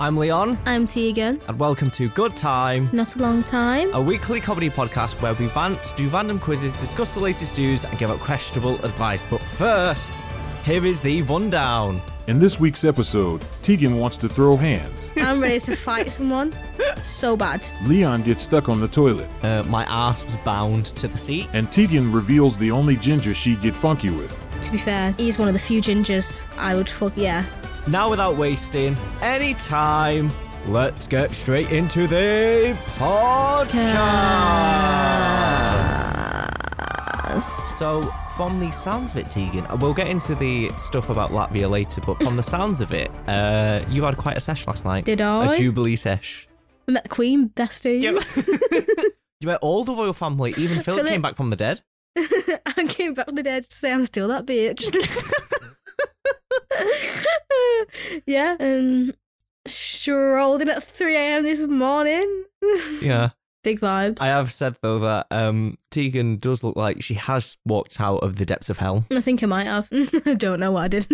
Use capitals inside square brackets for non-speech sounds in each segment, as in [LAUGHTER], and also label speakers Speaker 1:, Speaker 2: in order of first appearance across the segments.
Speaker 1: I'm Leon,
Speaker 2: I'm T again.
Speaker 1: and welcome to Good Time,
Speaker 2: Not a long time.
Speaker 1: a weekly comedy podcast where we rant, do random quizzes, discuss the latest news, and give out questionable advice. But first, here is the rundown.
Speaker 3: In this week's episode, Tegan wants to throw hands.
Speaker 2: I'm ready to fight someone so bad.
Speaker 3: Leon gets stuck on the toilet,
Speaker 1: Uh, my ass was bound to the seat.
Speaker 3: and Tegan reveals the only ginger she'd get funky with.
Speaker 2: To be fair, he's one of the few gingers I would fuck. Yeah.
Speaker 1: Now, without wasting any time, let's get straight into the podcast. So, from the sounds of it, Tegan, uh, we'll get into the stuff about Latvia later, but from the sounds of it, uh, you had quite a sesh last night.
Speaker 2: Did
Speaker 1: A
Speaker 2: I?
Speaker 1: Jubilee sesh.
Speaker 2: I met the Queen, bestie. [LAUGHS]
Speaker 1: you met all the royal family, even Philip,
Speaker 2: Philip-
Speaker 1: came back from the dead.
Speaker 2: I came back from the dead to say I'm still that bitch. [LAUGHS] yeah. Um. Strolled in at 3 a.m. this morning.
Speaker 1: Yeah.
Speaker 2: Big vibes.
Speaker 1: I
Speaker 2: I,
Speaker 1: have said, though, that um, Tegan does look like she has walked out of the depths of hell.
Speaker 2: think I might have. [LAUGHS] I don't know what I did.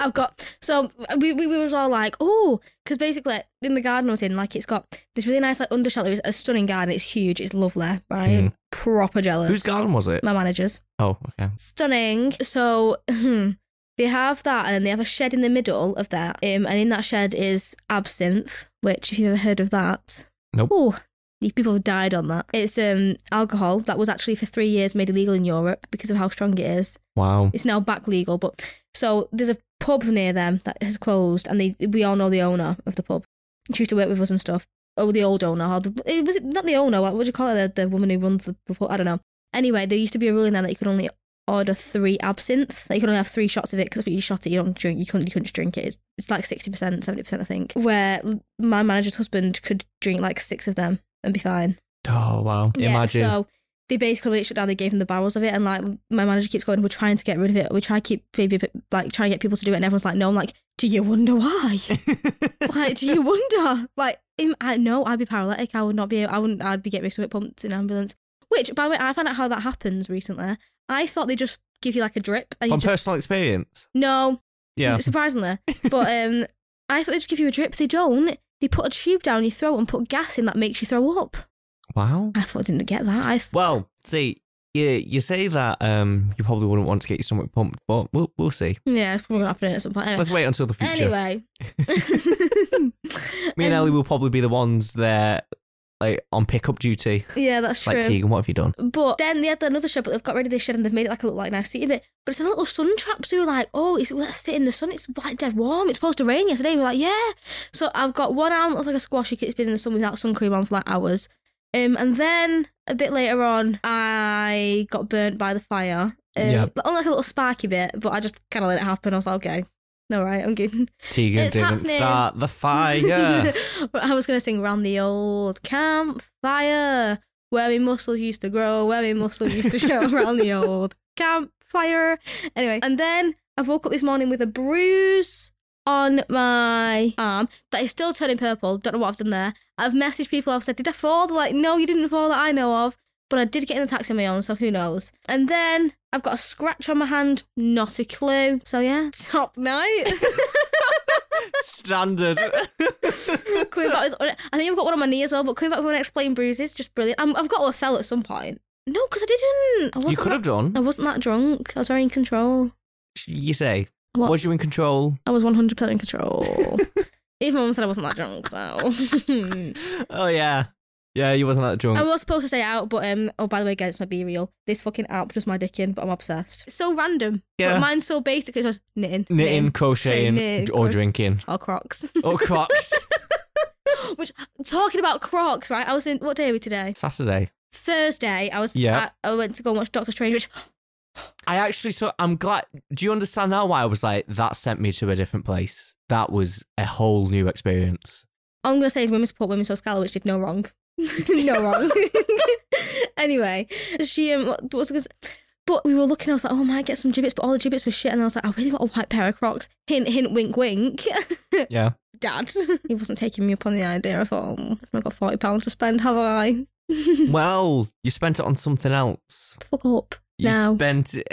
Speaker 2: I've got so we, we we was all like, oh, because basically in the garden I was in, like it's got this really nice like undershelter. It's a stunning garden. It's huge. It's lovely. Right.
Speaker 1: Mm.
Speaker 2: Proper jealous.
Speaker 1: Whose garden was it?
Speaker 2: My managers.
Speaker 1: Oh, okay.
Speaker 2: stunning. So [CLEARS THROAT] they have that, and then they have a shed in the middle of that. Um, and in that shed is absinthe, which if you've ever heard of that,
Speaker 1: Nope.
Speaker 2: Oh, these people have died on that. It's um alcohol that was actually for three years made illegal in Europe because of how strong it is.
Speaker 1: Wow.
Speaker 2: It's now back legal, but so there's a pub near them that has closed, and they we all know the owner of the pub. She used to work with us and stuff. Oh, the old owner. Or the, eh, was it not the owner? What would you call it? The, the woman who runs the, the pub. I don't know. Anyway, there used to be a rule in there that you could only order three absinthe. Like you could only have three shots of it because if you shot it, you don't drink. You couldn't. You couldn't just drink it. It's, it's like sixty percent, seventy percent, I think. Where my manager's husband could drink like six of them and be fine.
Speaker 1: Oh, wow. Imagine. [LAUGHS]
Speaker 2: So they basically shut down. They gave them the barrels of it, and like my manager keeps going, "We're trying to get rid of it. We try to keep maybe like trying to get people to do it." And everyone's like, "No." I'm like, "Do you wonder
Speaker 1: [LAUGHS]
Speaker 2: why? like, do you wonder? Like, im- I no, I'd be paralytic. I would not be. I wouldn't. I'd be getting my stomach pumped in an ambulance. Which, by the way, I found out how that happens recently. I thought they just give you like a drip and
Speaker 1: From
Speaker 2: you just
Speaker 1: personal experience.
Speaker 2: no,
Speaker 1: Yeah. [LAUGHS]
Speaker 2: surprisingly. But um, I thought they'd just give you a drip. They don't. They put a tube down your throat and put gas in that makes you throw up.
Speaker 1: Wow.
Speaker 2: I thought I didn't get that. I
Speaker 1: Well, see, you, you say that um, you probably wouldn't want to get your stomach pumped, but we'll, we'll see.
Speaker 2: Yeah, it's probably gonna happen at some point. Anyway.
Speaker 1: Let's wait until the future.
Speaker 2: Anyway.
Speaker 1: [LAUGHS] Me
Speaker 2: Um,
Speaker 1: and Ellie will probably be the ones there, like on pickup duty.
Speaker 2: Yeah, that's true.
Speaker 1: Like Tegan, what have you done?
Speaker 2: but then they had another shed, but they've got rid of this shed and they've made it like a look like a nice seat in it. But it's a little sun trap, so we were like, oh, it's, let's sit in the sun. It's like dead warm. It's supposed to rain yesterday. we were like, yeah. So I've got one arm that looks like a squashy kit. It's been in the sun without sun cream on for like hours. Um, and then a bit later on, I got burnt by the fire. Um,
Speaker 1: Yeah.
Speaker 2: Only like a little sparky bit, but I just kind of let it happen. I was like, okay, all right, I'm good.
Speaker 1: Tegan
Speaker 2: It's
Speaker 1: didn't
Speaker 2: happening.
Speaker 1: start
Speaker 2: [LAUGHS]
Speaker 1: the fire.
Speaker 2: But I was going to sing round the old campfire where my muscles used to grow, where my muscles used to show [LAUGHS] round the old campfire. Anyway, and then I woke up this morning with a bruise on my arm that is still turning purple. Don't know what I've done there. I've messaged people, I've said, Did I fall? They're like, No, you didn't fall that I know of. But I did get in the taxi on my own, so who knows? And then I've got a scratch on my hand, not a clue. So yeah, [LAUGHS] top night. [LAUGHS]
Speaker 1: Standard.
Speaker 2: coming back with, I think I've got one on my knee as well, but coming back with unexplained bruises, just brilliant. i I've got a fell at some point. No, because I didn't. I wasn't
Speaker 1: you could
Speaker 2: that,
Speaker 1: have done.
Speaker 2: I wasn't that drunk. I was very in control.
Speaker 1: You say.
Speaker 2: I was,
Speaker 1: Was you in control?
Speaker 2: I was 100% in
Speaker 1: [LAUGHS]
Speaker 2: control. Even my mum said I wasn't that drunk, so. [LAUGHS]
Speaker 1: Oh yeah, yeah. You wasn't that drunk.
Speaker 2: I was supposed to stay out, but um. Oh, by the way, guys, it's my B reel. This fucking app just my dick in, but I'm obsessed. It's so random.
Speaker 1: Yeah.
Speaker 2: But mine's so basic. It's just knitting,
Speaker 1: Knitting, crocheting, Oh.
Speaker 2: knitting,
Speaker 1: or
Speaker 2: cro-
Speaker 1: drinking,
Speaker 2: or Crocs.
Speaker 1: [LAUGHS] or Crocs.
Speaker 2: [LAUGHS] Which talking about Crocs, right? I was in. What day are we today?
Speaker 1: Saturday.
Speaker 2: Thursday, I was
Speaker 1: Yeah.
Speaker 2: I, I went to go and watch Doctor Strange, which
Speaker 1: I actually saw. I'm glad. Do you understand now why I was like that? Sent me to a different place. That was a whole new experience.
Speaker 2: all I'm gonna say is women support women so Scala, which did no wrong, [LAUGHS] no wrong. [LAUGHS] anyway, she um, what, what was I gonna say? But we were looking. I was like, oh, I might get some gibbets, but all the gibbets were shit. And I was like, I really want a white pair of Crocs. Hint, hint, wink, wink. [LAUGHS]
Speaker 1: Yeah.
Speaker 2: Dad, [LAUGHS] he wasn't taking me up on the idea. I thought, oh, I've only got forty pounds to spend, have I?
Speaker 1: well, you spent it on something else.
Speaker 2: Fuck up
Speaker 1: You
Speaker 2: No.
Speaker 1: spent it. [LAUGHS]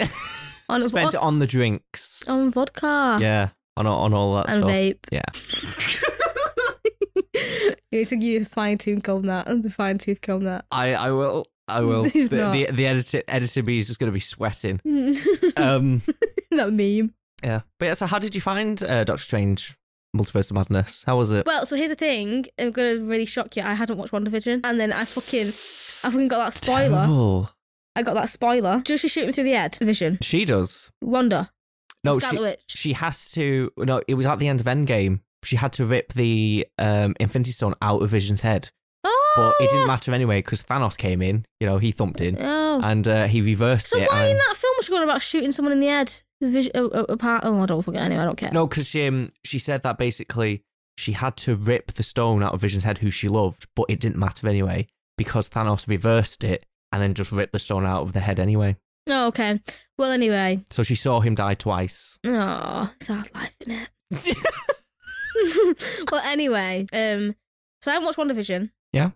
Speaker 2: On-
Speaker 1: spent
Speaker 2: on-
Speaker 1: it on the drinks.
Speaker 2: on vodka
Speaker 1: yeah. On on all that
Speaker 2: and
Speaker 1: stuff.
Speaker 2: [LAUGHS] vape.
Speaker 1: Yeah.
Speaker 2: You need to use a fine tooth comb that and the fine tooth comb that. [LAUGHS]
Speaker 1: I, I will. I will. the
Speaker 2: You've
Speaker 1: the, the editor, editor bee is just going to be
Speaker 2: [LAUGHS]
Speaker 1: sweating. Um,
Speaker 2: that meme.
Speaker 1: yeah. But yeah, so how did you find uh, Doctor Strange Multiverse of Madness? How was it?
Speaker 2: Well, so here's the thing. I'm gonna really shock you. I hadn't watched WandaVision, and then I fucking, I fucking got that spoiler.
Speaker 1: Terrible.
Speaker 2: I got that spoiler. Does she shoot him through the head? Vision.
Speaker 1: She does.
Speaker 2: Wanda.
Speaker 1: No,
Speaker 2: Scarlet
Speaker 1: she,
Speaker 2: Witch.
Speaker 1: she has to. No, it was at the end of Endgame. She had to rip the um, Infinity Stone out of Vision's head.
Speaker 2: oh,
Speaker 1: But
Speaker 2: yeah.
Speaker 1: it didn't matter anyway because Thanos came in. You know, he thumped in
Speaker 2: Oh.
Speaker 1: and uh, he reversed
Speaker 2: so
Speaker 1: it.
Speaker 2: why
Speaker 1: and-
Speaker 2: in that film was she going about shooting someone in the head? Vision, oh, oh, apart. Oh, I don't forget. Anyway, I don't care.
Speaker 1: No, because she, um, she said that basically she had to rip the stone out of Vision's head, who she loved, but it didn't matter anyway because Thanos reversed it and then just ripped the stone out of the head anyway.
Speaker 2: Oh, okay. Well, anyway.
Speaker 1: So she saw him
Speaker 2: [LAUGHS]
Speaker 1: die twice.
Speaker 2: Oh, it's hard life, isn't it? [LAUGHS] well, anyway, um, so I haven't watched WandaVision.
Speaker 1: Yeah.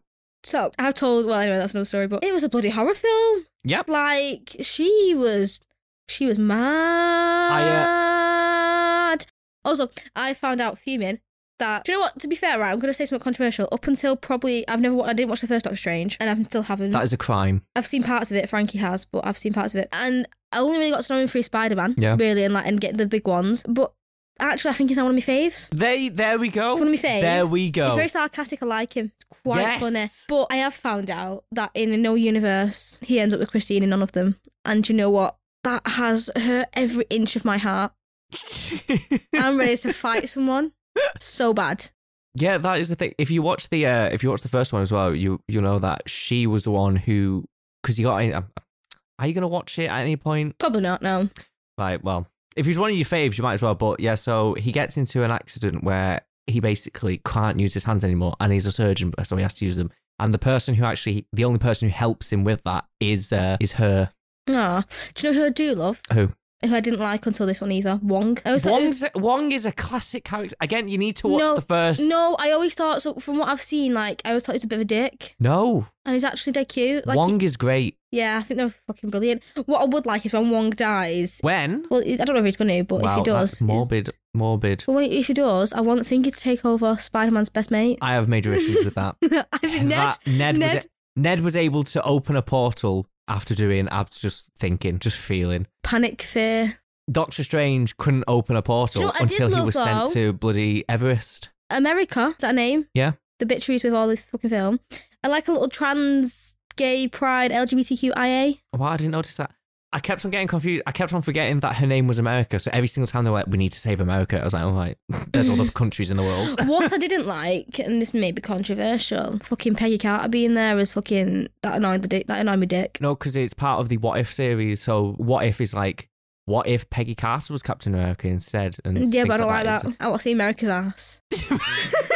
Speaker 2: So I've told. Well, anyway, that's no story. But it was a bloody horror film.
Speaker 1: yep.
Speaker 2: Like she was, she was
Speaker 1: uh,
Speaker 2: mad. Also, I found out fuming that. Do you know what? To be fair, right, I'm gonna say something controversial. Up until probably, I've never. wa- I didn't watch the first Doctor Strange, and I'm still having.
Speaker 1: That is a crime.
Speaker 2: I've seen parts of it. Frankie has, but I've seen parts of it, and I only really got to know him through Spider Man.
Speaker 1: Yeah.
Speaker 2: Really, and like, and get the big ones, but. Actually, I think he's now one of my faves.
Speaker 1: They, there we go.
Speaker 2: It's one of my faves.
Speaker 1: There we go.
Speaker 2: He's very sarcastic. I like him. It's quite
Speaker 1: Yes.
Speaker 2: funny. But I have found out that in No Universe, he ends up with Christine in none of them. And you know what? That has hurt every inch of my heart.
Speaker 1: [LAUGHS]
Speaker 2: [LAUGHS] I'm ready to fight someone so bad.
Speaker 1: yeah, that is the thing. If you watch the, uh, if you watch the first one as well, you you know that she was the one who, because you got. in- Are you gonna watch it at any point?
Speaker 2: Probably not, no.
Speaker 1: Right. Well, if he's one of your faves, you might as well. But yeah, so he gets into an accident where he basically can't use his hands anymore, and he's a surgeon, so he has to use them. And the person who actually, the only person who helps him with that is uh, is her.
Speaker 2: No. Do you know who I do love?
Speaker 1: Who?
Speaker 2: Who I didn't like until this one either. Wong. I always thought it was-
Speaker 1: Wong's, Wong is a classic character. Again, you need to watch
Speaker 2: Oh, No,
Speaker 1: the first.
Speaker 2: No, I always thought so from what I've seen, like I always thought he was a bit of a dick.
Speaker 1: No,
Speaker 2: And he's actually dead cute. Like
Speaker 1: Wong is great.
Speaker 2: yeah, I think they're fucking brilliant. What I would like is when Wong dies.
Speaker 1: When?
Speaker 2: Well, I don't know if he's gonna, but
Speaker 1: wow,
Speaker 2: if he does,
Speaker 1: that's
Speaker 2: it's-
Speaker 1: morbid. Morbid.
Speaker 2: But when, if he does, I want Thingy to take over Spider Man's best mate. [LAUGHS]
Speaker 1: I have major issues with that.
Speaker 2: I think [LAUGHS] Ned.
Speaker 1: That- Ned, Was
Speaker 2: Ned-
Speaker 1: a- Ned was able to open a portal after doing, after just thinking, just feeling.
Speaker 2: Panic fear.
Speaker 1: Doctor Strange couldn't open a
Speaker 2: Do
Speaker 1: portal
Speaker 2: you know what I did
Speaker 1: until he
Speaker 2: love,
Speaker 1: was
Speaker 2: though?
Speaker 1: sent to bloody Everest.
Speaker 2: America. Is that her name?
Speaker 1: Yeah.
Speaker 2: The bitch who's with all this fucking film. I like a little trans, gay, pride, LGBTQIA.
Speaker 1: Why I didn't notice that. I kept on getting confused. I kept on forgetting that her name was America. So every single time they were like, "We need to save America," I was like, "All right, there's
Speaker 2: [LAUGHS]
Speaker 1: all the countries in the world."
Speaker 2: what I didn't [LAUGHS] like, and this may be controversial, fucking Peggy Carter being there was fucking that annoyed the dick. That annoyed me dick.
Speaker 1: No, because it's part of the What If series. So What If is like, what if Peggy Carter was Captain America instead? And
Speaker 2: Yeah,
Speaker 1: things
Speaker 2: but I don't like
Speaker 1: It's
Speaker 2: that.
Speaker 1: just-
Speaker 2: I want to see America's
Speaker 1: [LAUGHS]
Speaker 2: ass.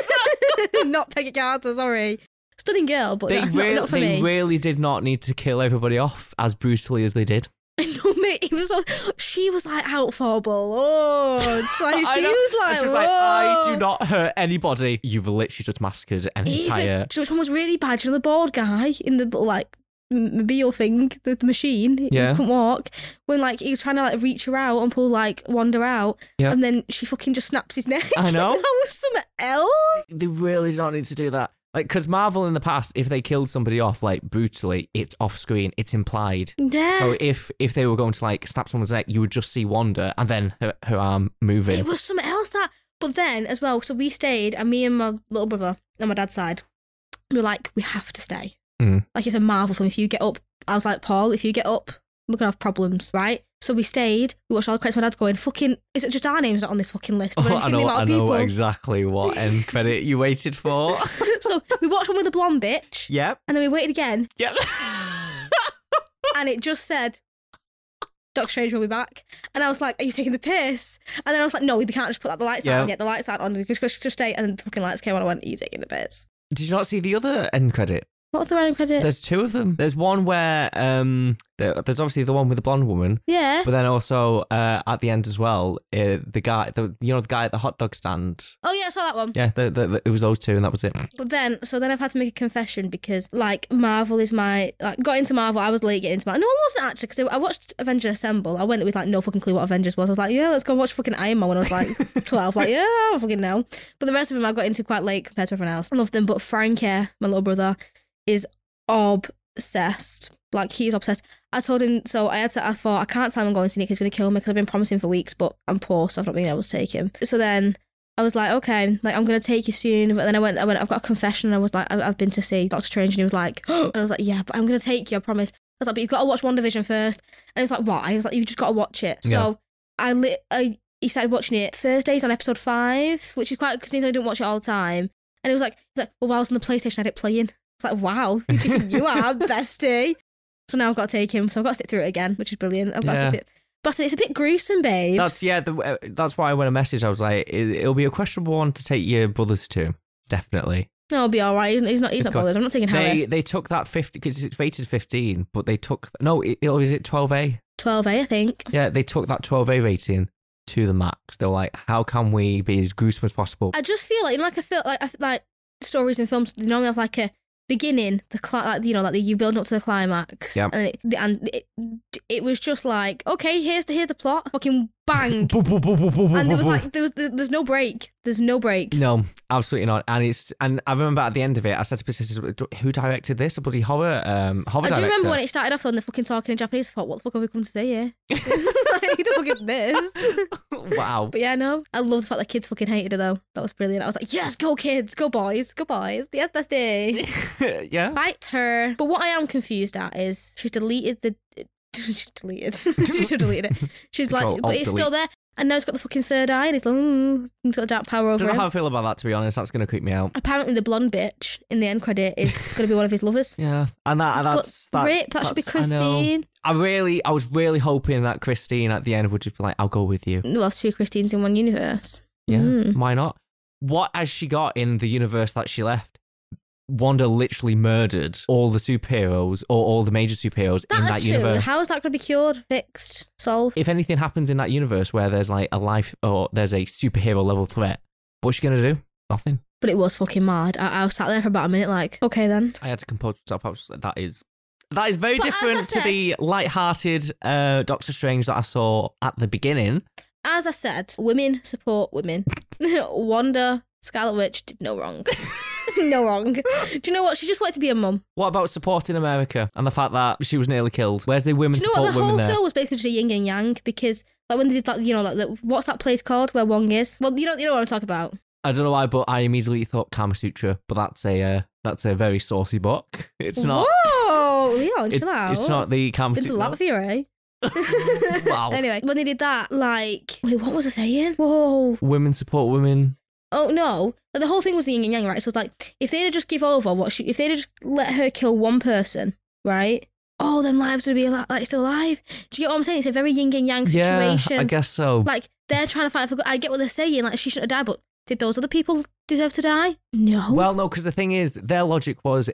Speaker 2: [LAUGHS] not Peggy Carter. Sorry. Stunning girl, but
Speaker 1: They,
Speaker 2: that's
Speaker 1: rea-
Speaker 2: not, not for
Speaker 1: they
Speaker 2: me.
Speaker 1: really did not need to kill everybody off as brutally as they did.
Speaker 2: [LAUGHS] No, mate, he was on, she was like out for a blow. It's Like,
Speaker 1: [LAUGHS] I
Speaker 2: she
Speaker 1: know.
Speaker 2: was like,
Speaker 1: It's just like, I
Speaker 2: "Whoa."
Speaker 1: do not hurt anybody. You've literally just massacred an
Speaker 2: Even, Do
Speaker 1: entire
Speaker 2: you know which one was really bad? Do You know the bald guy in the little, like m- mobile thing, the, the machine.
Speaker 1: Yeah.
Speaker 2: He couldn't walk. When like he was trying to like reach her out and pull like Wanda out,
Speaker 1: Yeah.
Speaker 2: and then she fucking just snaps his neck. [LAUGHS]
Speaker 1: I know.
Speaker 2: that was something else.
Speaker 1: they really don't need to do that. Like, because Marvel in the past, if they killed somebody off like brutally, it's off screen, it's implied.
Speaker 2: Yeah.
Speaker 1: So if if they were going to like snap someone's neck, you would just see Wanda and then her, her arm moving.
Speaker 2: It was something else that. But then as well, so we stayed, and me and my little brother on my dad's side, we were like, we have to stay.
Speaker 1: Mm.
Speaker 2: Like it's a Marvel film. If you get up, I was like, Paul, if you get up, we're gonna have problems, right? So we stayed. We watched all the credits. My dad's going, fucking, is it just our names not on this fucking
Speaker 1: [LAUGHS]
Speaker 2: list? We've
Speaker 1: Oh,
Speaker 2: only
Speaker 1: I
Speaker 2: seen the
Speaker 1: know,
Speaker 2: amount
Speaker 1: I
Speaker 2: of
Speaker 1: know
Speaker 2: people.
Speaker 1: exactly what end credit you waited for.
Speaker 2: [LAUGHS] so we watched one with the blonde bitch,
Speaker 1: yep,
Speaker 2: and then we waited again, [LAUGHS]
Speaker 1: yep.
Speaker 2: and it just said. Doctor Strange will be back, and I was like, "Are you taking the piss?" And then I was like, "No, they can't just put like, the lights
Speaker 1: Yeah.
Speaker 2: out on yet. The lights out on because just stay." And then the fucking lights came on. I went, "Are you taking the piss?"
Speaker 1: Did you not see the other end credit?
Speaker 2: What was the random credit?
Speaker 1: There's two of them. There's one where um, there- there's obviously the one with the blonde woman,
Speaker 2: yeah.
Speaker 1: but then also uh, at the end as well, uh, the guy, the you know, the guy at the hot dog stand.
Speaker 2: Oh yeah, I saw that one.
Speaker 1: Yeah, the, the, the- it was those two, and that was it.
Speaker 2: But then, so then I've had to make a confession because, like, Marvel is my like got into Marvel. I was late getting into Marvel. No, I wasn't actually because I watched Avengers Assemble. I went with like no fucking clue what Avengers was. I was like, yeah, let's go watch fucking Iron Man when I was like twelve. Like, yeah, I don't fucking know. But the rest of them I got into quite late compared to everyone else. I love them, but Frankie, my little brother, is obsessed. Like he's obsessed. I told him so. I had to. I thought I can't tell him I'm going to see Nick. He's going to kill me because I've been promising for weeks, but I'm poor, so I've not been able to take him. So then I was like, okay, like I'm gonna take you soon. But then I went, I went, I've got a confession. And I was like, I- I've been to see Doctor Strange, and he was like, [GASPS] and I was like, yeah, but I'm gonna take you, I promise. I was like, but you've got to watch One Division first. And he's like, why? I was like, you just got to watch it. So
Speaker 1: Yeah.
Speaker 2: I, li- I, he started watching it Thursdays on episode five, which is quite because I didn't watch it all the time. And he was like, he's like, well, while I was on the PlayStation, I had it playing. It's like, wow, you,
Speaker 1: [LAUGHS]
Speaker 2: think you are bestie. So now I've got to take him. So I've got to sit through it again, which is brilliant. I've got
Speaker 1: Yeah.
Speaker 2: to sit through it. But I said, it's a bit gruesome, babe.
Speaker 1: That's yeah. The, uh, that's why when I messaged, I was like, it, it'll be a questionable one to take your brothers to. Definitely.
Speaker 2: No, Oh, I'll be all right. He's, he's not. He's
Speaker 1: It's
Speaker 2: not
Speaker 1: quite-
Speaker 2: bothered. I'm not taking Harry.
Speaker 1: They they took that fifty because it's rated fifteen, but they took no. It, it, is it twelve A?
Speaker 2: 12A, I think.
Speaker 1: Yeah, they took that twelve A rating to the max. They were like, how can we be as gruesome as possible?
Speaker 2: I just feel like, you know, like I feel like I feel like stories and films they normally have like a beginning, the cli- like, you know, like the, you build up to the climax,
Speaker 1: Yeah.
Speaker 2: and it, the, and it, it was just like, okay, here's the here's the plot, fucking bang, and
Speaker 1: and
Speaker 2: there was like there was there, there's no break, there's no break.
Speaker 1: No, absolutely not. And it's and I remember at the end of it, I said to my sister, "Who directed this? A bloody horror, um, horror
Speaker 2: I do
Speaker 1: director."
Speaker 2: remember
Speaker 1: [LAUGHS]
Speaker 2: when it started off on the fucking talking in Japanese. I thought, what the fuck have we come to say here? [LAUGHS] like, the fuck is this?
Speaker 1: wow. [LAUGHS]
Speaker 2: But yeah, no, I love the fact that kids fucking hated it though. That was brilliant. I was like, yes, go kids, go boys, go boys. Yes, best
Speaker 1: [LAUGHS]
Speaker 2: day.
Speaker 1: yeah.
Speaker 2: Bite her. But what I am confused at is she deleted the. [LAUGHS] She deleted. [LAUGHS] she deleted
Speaker 1: [LAUGHS]
Speaker 2: it. She's
Speaker 1: Control,
Speaker 2: like, but
Speaker 1: alt,
Speaker 2: it's still there. And now it's got the fucking third eye, and it's like, "Ooh," it's got the dark power
Speaker 1: I
Speaker 2: over
Speaker 1: don't know
Speaker 2: him.
Speaker 1: how I feel about that. To be honest, that's going to creep me out.
Speaker 2: Apparently, the blonde bitch in the end credit is going to be one of his lovers.
Speaker 1: Yeah, and that and that's
Speaker 2: but
Speaker 1: that.
Speaker 2: Rip, that should be
Speaker 1: that's- I know.
Speaker 2: Christine.
Speaker 1: I really, I was really hoping that Christine at the end would just be like, "I'll go with you."
Speaker 2: Well, it's two Christines in one universe.
Speaker 1: Yeah,
Speaker 2: Mm.
Speaker 1: why not? What has she got in the universe that she left? Wanda literally murdered all the superheroes or all the major superheroes in that
Speaker 2: That's true.
Speaker 1: universe.
Speaker 2: How is that going to be cured, fixed, solved?
Speaker 1: if anything happens in that universe where there's like a life or there's a superhero level threat, what's she gonna do? Nothing.
Speaker 2: but it was fucking mad. I, I was sat there for about a minute, like, okay then.
Speaker 1: I had to compose myself. I was, that is that is very
Speaker 2: But as I
Speaker 1: different to the light-hearted uh, Doctor Strange that I saw at the beginning.
Speaker 2: As I said, women support women. [LAUGHS] Wanda Scarlet Witch did no wrong. [LAUGHS] no wrong. Do you know what? She just wanted to be a mum.
Speaker 1: What about supporting America and the fact that she was nearly killed? Where's the women
Speaker 2: Do you know
Speaker 1: support
Speaker 2: what? The
Speaker 1: women
Speaker 2: whole
Speaker 1: there?
Speaker 2: film was basically just a yin and yang because, like, when they did that, you know, like, the, what's that place called where Wong is? Well, you know, you know what I'm talking about.
Speaker 1: I don't know why, but I immediately thought Kama Sutra, but that's a uh, that's a very saucy book. [LAUGHS] It's not.
Speaker 2: Whoa, Leon,
Speaker 1: It's,
Speaker 2: chill out.
Speaker 1: it's not the Kama
Speaker 2: It's a
Speaker 1: Sutra.
Speaker 2: lot for you, eh?
Speaker 1: [LAUGHS]
Speaker 2: [LAUGHS]
Speaker 1: wow.
Speaker 2: Anyway, when they did that, like, wait, what was I saying? Whoa.
Speaker 1: Women support women.
Speaker 2: Oh no! Like, The whole thing was the yin and yang, right? So it's like if they'd have just give over, what? She, if they'd have just let her kill one person, right? All them lives would be al- like still alive. Do you get what I'm saying? It's a very yin and yang situation.
Speaker 1: Yeah, I guess so.
Speaker 2: Like they're trying to fight for good. I get what they're saying. Like she shouldn't have died, but did those other people deserve to die? No.
Speaker 1: Well, no, because the thing is, their logic was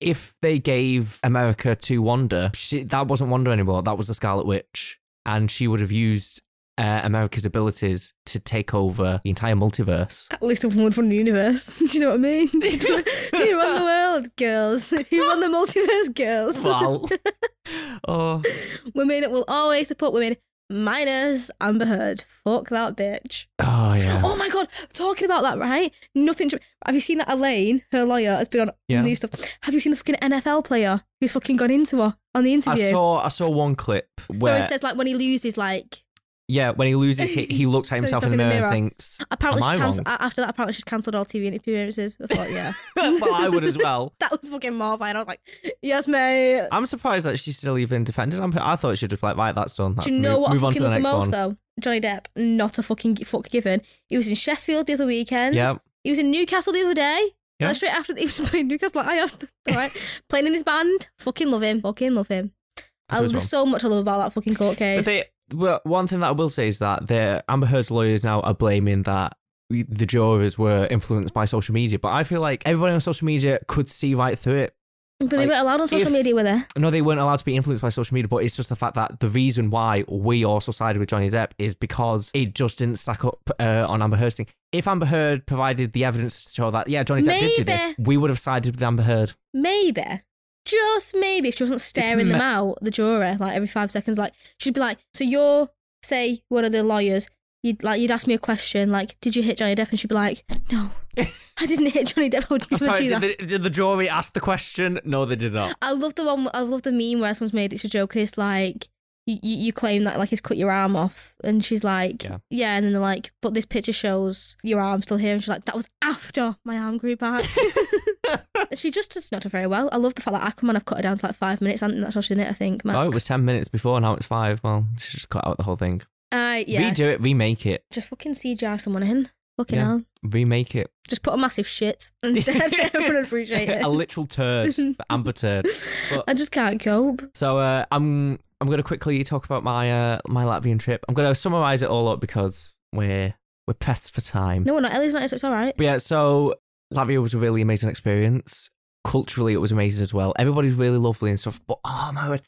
Speaker 1: if they gave America to Wanda, she, that wasn't Wanda anymore. That was the Scarlet Witch. And she would have used uh, America's abilities to take over the entire multiverse.
Speaker 2: At least a woman from the universe. [LAUGHS] Do you know what I
Speaker 1: [LAUGHS]
Speaker 2: mean? [LAUGHS] Who run the world, girls? [LAUGHS] Who run the multiverse,
Speaker 1: [LAUGHS]
Speaker 2: girls? [LAUGHS]
Speaker 1: Well, oh,
Speaker 2: Women will always support women. Minus Amber Heard. Fuck that bitch.
Speaker 1: [SIGHS] oh yeah.
Speaker 2: Oh my god, talking about that, right? Nothing. To, have you seen that Elaine, her lawyer, has been on
Speaker 1: Yeah.
Speaker 2: new stuff? Have you seen the fucking NFL player who's fucking gone into her on the
Speaker 1: I
Speaker 2: interview?
Speaker 1: saw I saw one clip
Speaker 2: where
Speaker 1: where
Speaker 2: he Oh, says like when he loses, like
Speaker 1: yeah when he loses he,
Speaker 2: [LAUGHS]
Speaker 1: he looks at himself in the mirror, and thinks [LAUGHS]
Speaker 2: apparently
Speaker 1: Am I
Speaker 2: she cancelled,
Speaker 1: wrong?
Speaker 2: after that apparently she's cancelled all TV appearances. I thought,
Speaker 1: [LAUGHS]
Speaker 2: yeah,
Speaker 1: well I would as well
Speaker 2: that was fucking mortifying. I was like, yes, mate.
Speaker 1: I'm surprised that she's still even defended I'm, I thought she'd just be like right that's done that's
Speaker 2: Do you know
Speaker 1: move,
Speaker 2: what
Speaker 1: move
Speaker 2: I
Speaker 1: on
Speaker 2: fucking
Speaker 1: to the
Speaker 2: love the
Speaker 1: next
Speaker 2: most
Speaker 1: one
Speaker 2: though? Johnny Depp, not a fucking gi- fuck given. He was in Sheffield the other weekend.
Speaker 1: yeah
Speaker 2: He was in Newcastle the other day.
Speaker 1: Yeah.
Speaker 2: Like, straight after he was [LAUGHS] playing Newcastle, like I have right, playing in his band. Fucking love him. Fucking love him. I
Speaker 1: I do
Speaker 2: love
Speaker 1: as well.
Speaker 2: there's so much I love about that fucking court
Speaker 1: But
Speaker 2: case.
Speaker 1: they, well, one thing that I will say is that the Amber Heard's lawyers now are blaming that we- the jurors were influenced by social media. But I feel like everybody on social media could see right through it.
Speaker 2: But they
Speaker 1: Like,
Speaker 2: weren't allowed on social
Speaker 1: if-
Speaker 2: media, were they?
Speaker 1: No, they weren't allowed to be influenced by social media, but it's just the fact that the reason why we also sided with Johnny Depp is because it just didn't stack up uh, on Amber Heard's thing. If Amber Heard provided the evidence to show that, yeah, Johnny Depp did do this,
Speaker 2: Maybe.
Speaker 1: we would have sided with Amber Heard.
Speaker 2: Maybe. Just maybe if she wasn't staring them
Speaker 1: ma-
Speaker 2: out, the juror, like every five seconds, like she'd be like, So you're say one of the lawyers, you'd like you'd ask me a question, like, did you hit Johnny Depp? And she'd be like,
Speaker 1: [LAUGHS]
Speaker 2: No. I didn't hit Johnny Depp, I would
Speaker 1: I'm
Speaker 2: never
Speaker 1: sorry,
Speaker 2: do that.
Speaker 1: did the, did the jury ask the question? No, they did not.
Speaker 2: I love the one I love the meme where someone's made it's a joke and it's like you, you you claim that like he's cut your arm off and she's like
Speaker 1: Yeah.
Speaker 2: and then they're like but this picture shows your arm still here and she's like that was after my arm grew
Speaker 1: [LAUGHS]
Speaker 2: back she just does not do very well I love the fact that Aquaman I've cut her down to like five minutes and that's all she did it I think max.
Speaker 1: Oh, it was 10 minutes before, now it's five. Well, she just cut out the whole thing.
Speaker 2: uh, yeah
Speaker 1: Redo it, remake it,
Speaker 2: just fucking CGI someone in fucking
Speaker 1: Yeah.
Speaker 2: hell [LAUGHS]
Speaker 1: remake it. [LAUGHS]
Speaker 2: just put a massive shit instead [LAUGHS] everyone would appreciate
Speaker 1: a
Speaker 2: it
Speaker 1: literal turd, but Amber turd. But-
Speaker 2: I just can't cope
Speaker 1: So uh, I'm I'm going to quickly talk about my uh, my Latvian trip. I'm going to summarize it all up because we're we're pressed for time.
Speaker 2: no we're not Ellie's not so it's alright
Speaker 1: But yeah, so Latvia was a really amazing experience. Culturally, it was amazing as well. Everybody's really lovely and stuff. But oh my word,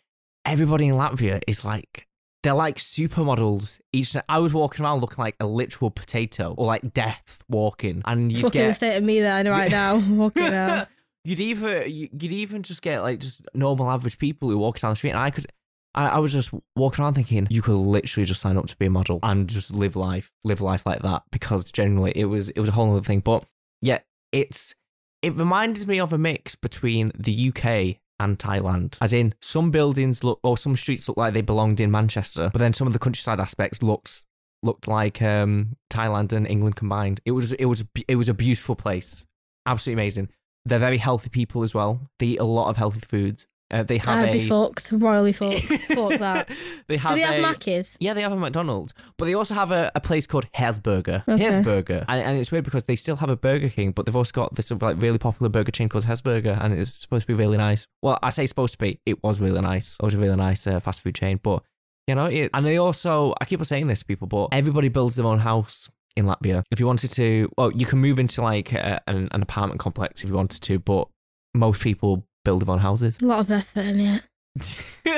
Speaker 1: everybody in Latvia is like they're like supermodels. Each night. I was walking around looking like a literal potato or like death walking, and you
Speaker 2: fucking
Speaker 1: get
Speaker 2: the state of me there right
Speaker 1: [LAUGHS]
Speaker 2: now fucking hell
Speaker 1: you'd either you- you'd even just get like just normal average people who walk down the street, and I could. I, I was just walking around thinking you could literally just sign up to be a model and just live life, live life like that because generally it was it was a whole other thing. But yeah, it's it reminded me of a mix between the UK and Thailand, as in some buildings look or some streets look like they belonged in Manchester, but then some of the countryside aspects looks looked like um, Thailand and England combined. It was it was it was a beautiful place, absolutely amazing. They're very healthy people as well. They eat a lot of healthy foods. Uh, they have
Speaker 2: I'd
Speaker 1: a
Speaker 2: be fucked, royally
Speaker 1: [LAUGHS]
Speaker 2: fucked. Fuck that.
Speaker 1: they
Speaker 2: Do
Speaker 1: have
Speaker 2: they have
Speaker 1: a,
Speaker 2: Mackies?
Speaker 1: yeah, they have a McDonald's, but they also have a, a place called Hesburger.
Speaker 2: Okay.
Speaker 1: Hesburger, and, and it's weird because they still have a Burger King, but they've also got this like really popular burger chain called Hesburger, and it's supposed to be really nice. Well, I say supposed to be, it was really nice. It was a really nice uh, fast food chain, but you know, it, and they also I keep on saying this to people, but everybody builds their own house. In Latvia, if you wanted to, well, you can move into like a, an, an apartment complex if you wanted to, but most people build their own houses.
Speaker 2: A lot of effort in it.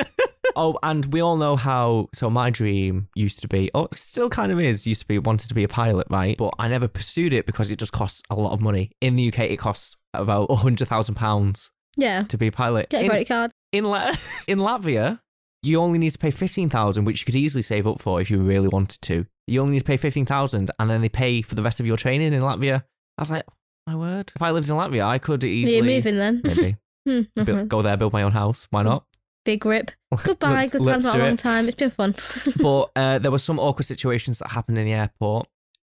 Speaker 2: [LAUGHS]
Speaker 1: oh, and we all know how. So my dream used to be, or still kind of is, used to be wanted to be a pilot, right? But I never pursued it because it just costs a lot of money. In the UK, it costs about hundred thousand pounds
Speaker 2: Yeah.
Speaker 1: to be a pilot.
Speaker 2: Get a
Speaker 1: in
Speaker 2: credit card.
Speaker 1: in, La- [LAUGHS] in Latvia, you only need to pay fifteen thousand, which you could easily save up for if you really wanted to. You only need to pay fifteen thousand, and then they pay for the rest of your training in Latvia. I was like, my word! If I lived in Latvia, I could easily
Speaker 2: You're moving then.
Speaker 1: maybe
Speaker 2: [LAUGHS] Hmm,
Speaker 1: bu-
Speaker 2: okay.
Speaker 1: go there, build my own house. Why not?
Speaker 2: Big rip. Goodbye.
Speaker 1: Let's-
Speaker 2: Good
Speaker 1: let's
Speaker 2: times not a
Speaker 1: do
Speaker 2: long
Speaker 1: it.
Speaker 2: time. [LAUGHS] It's been fun.
Speaker 1: but uh, there were some awkward situations that happened in the airport.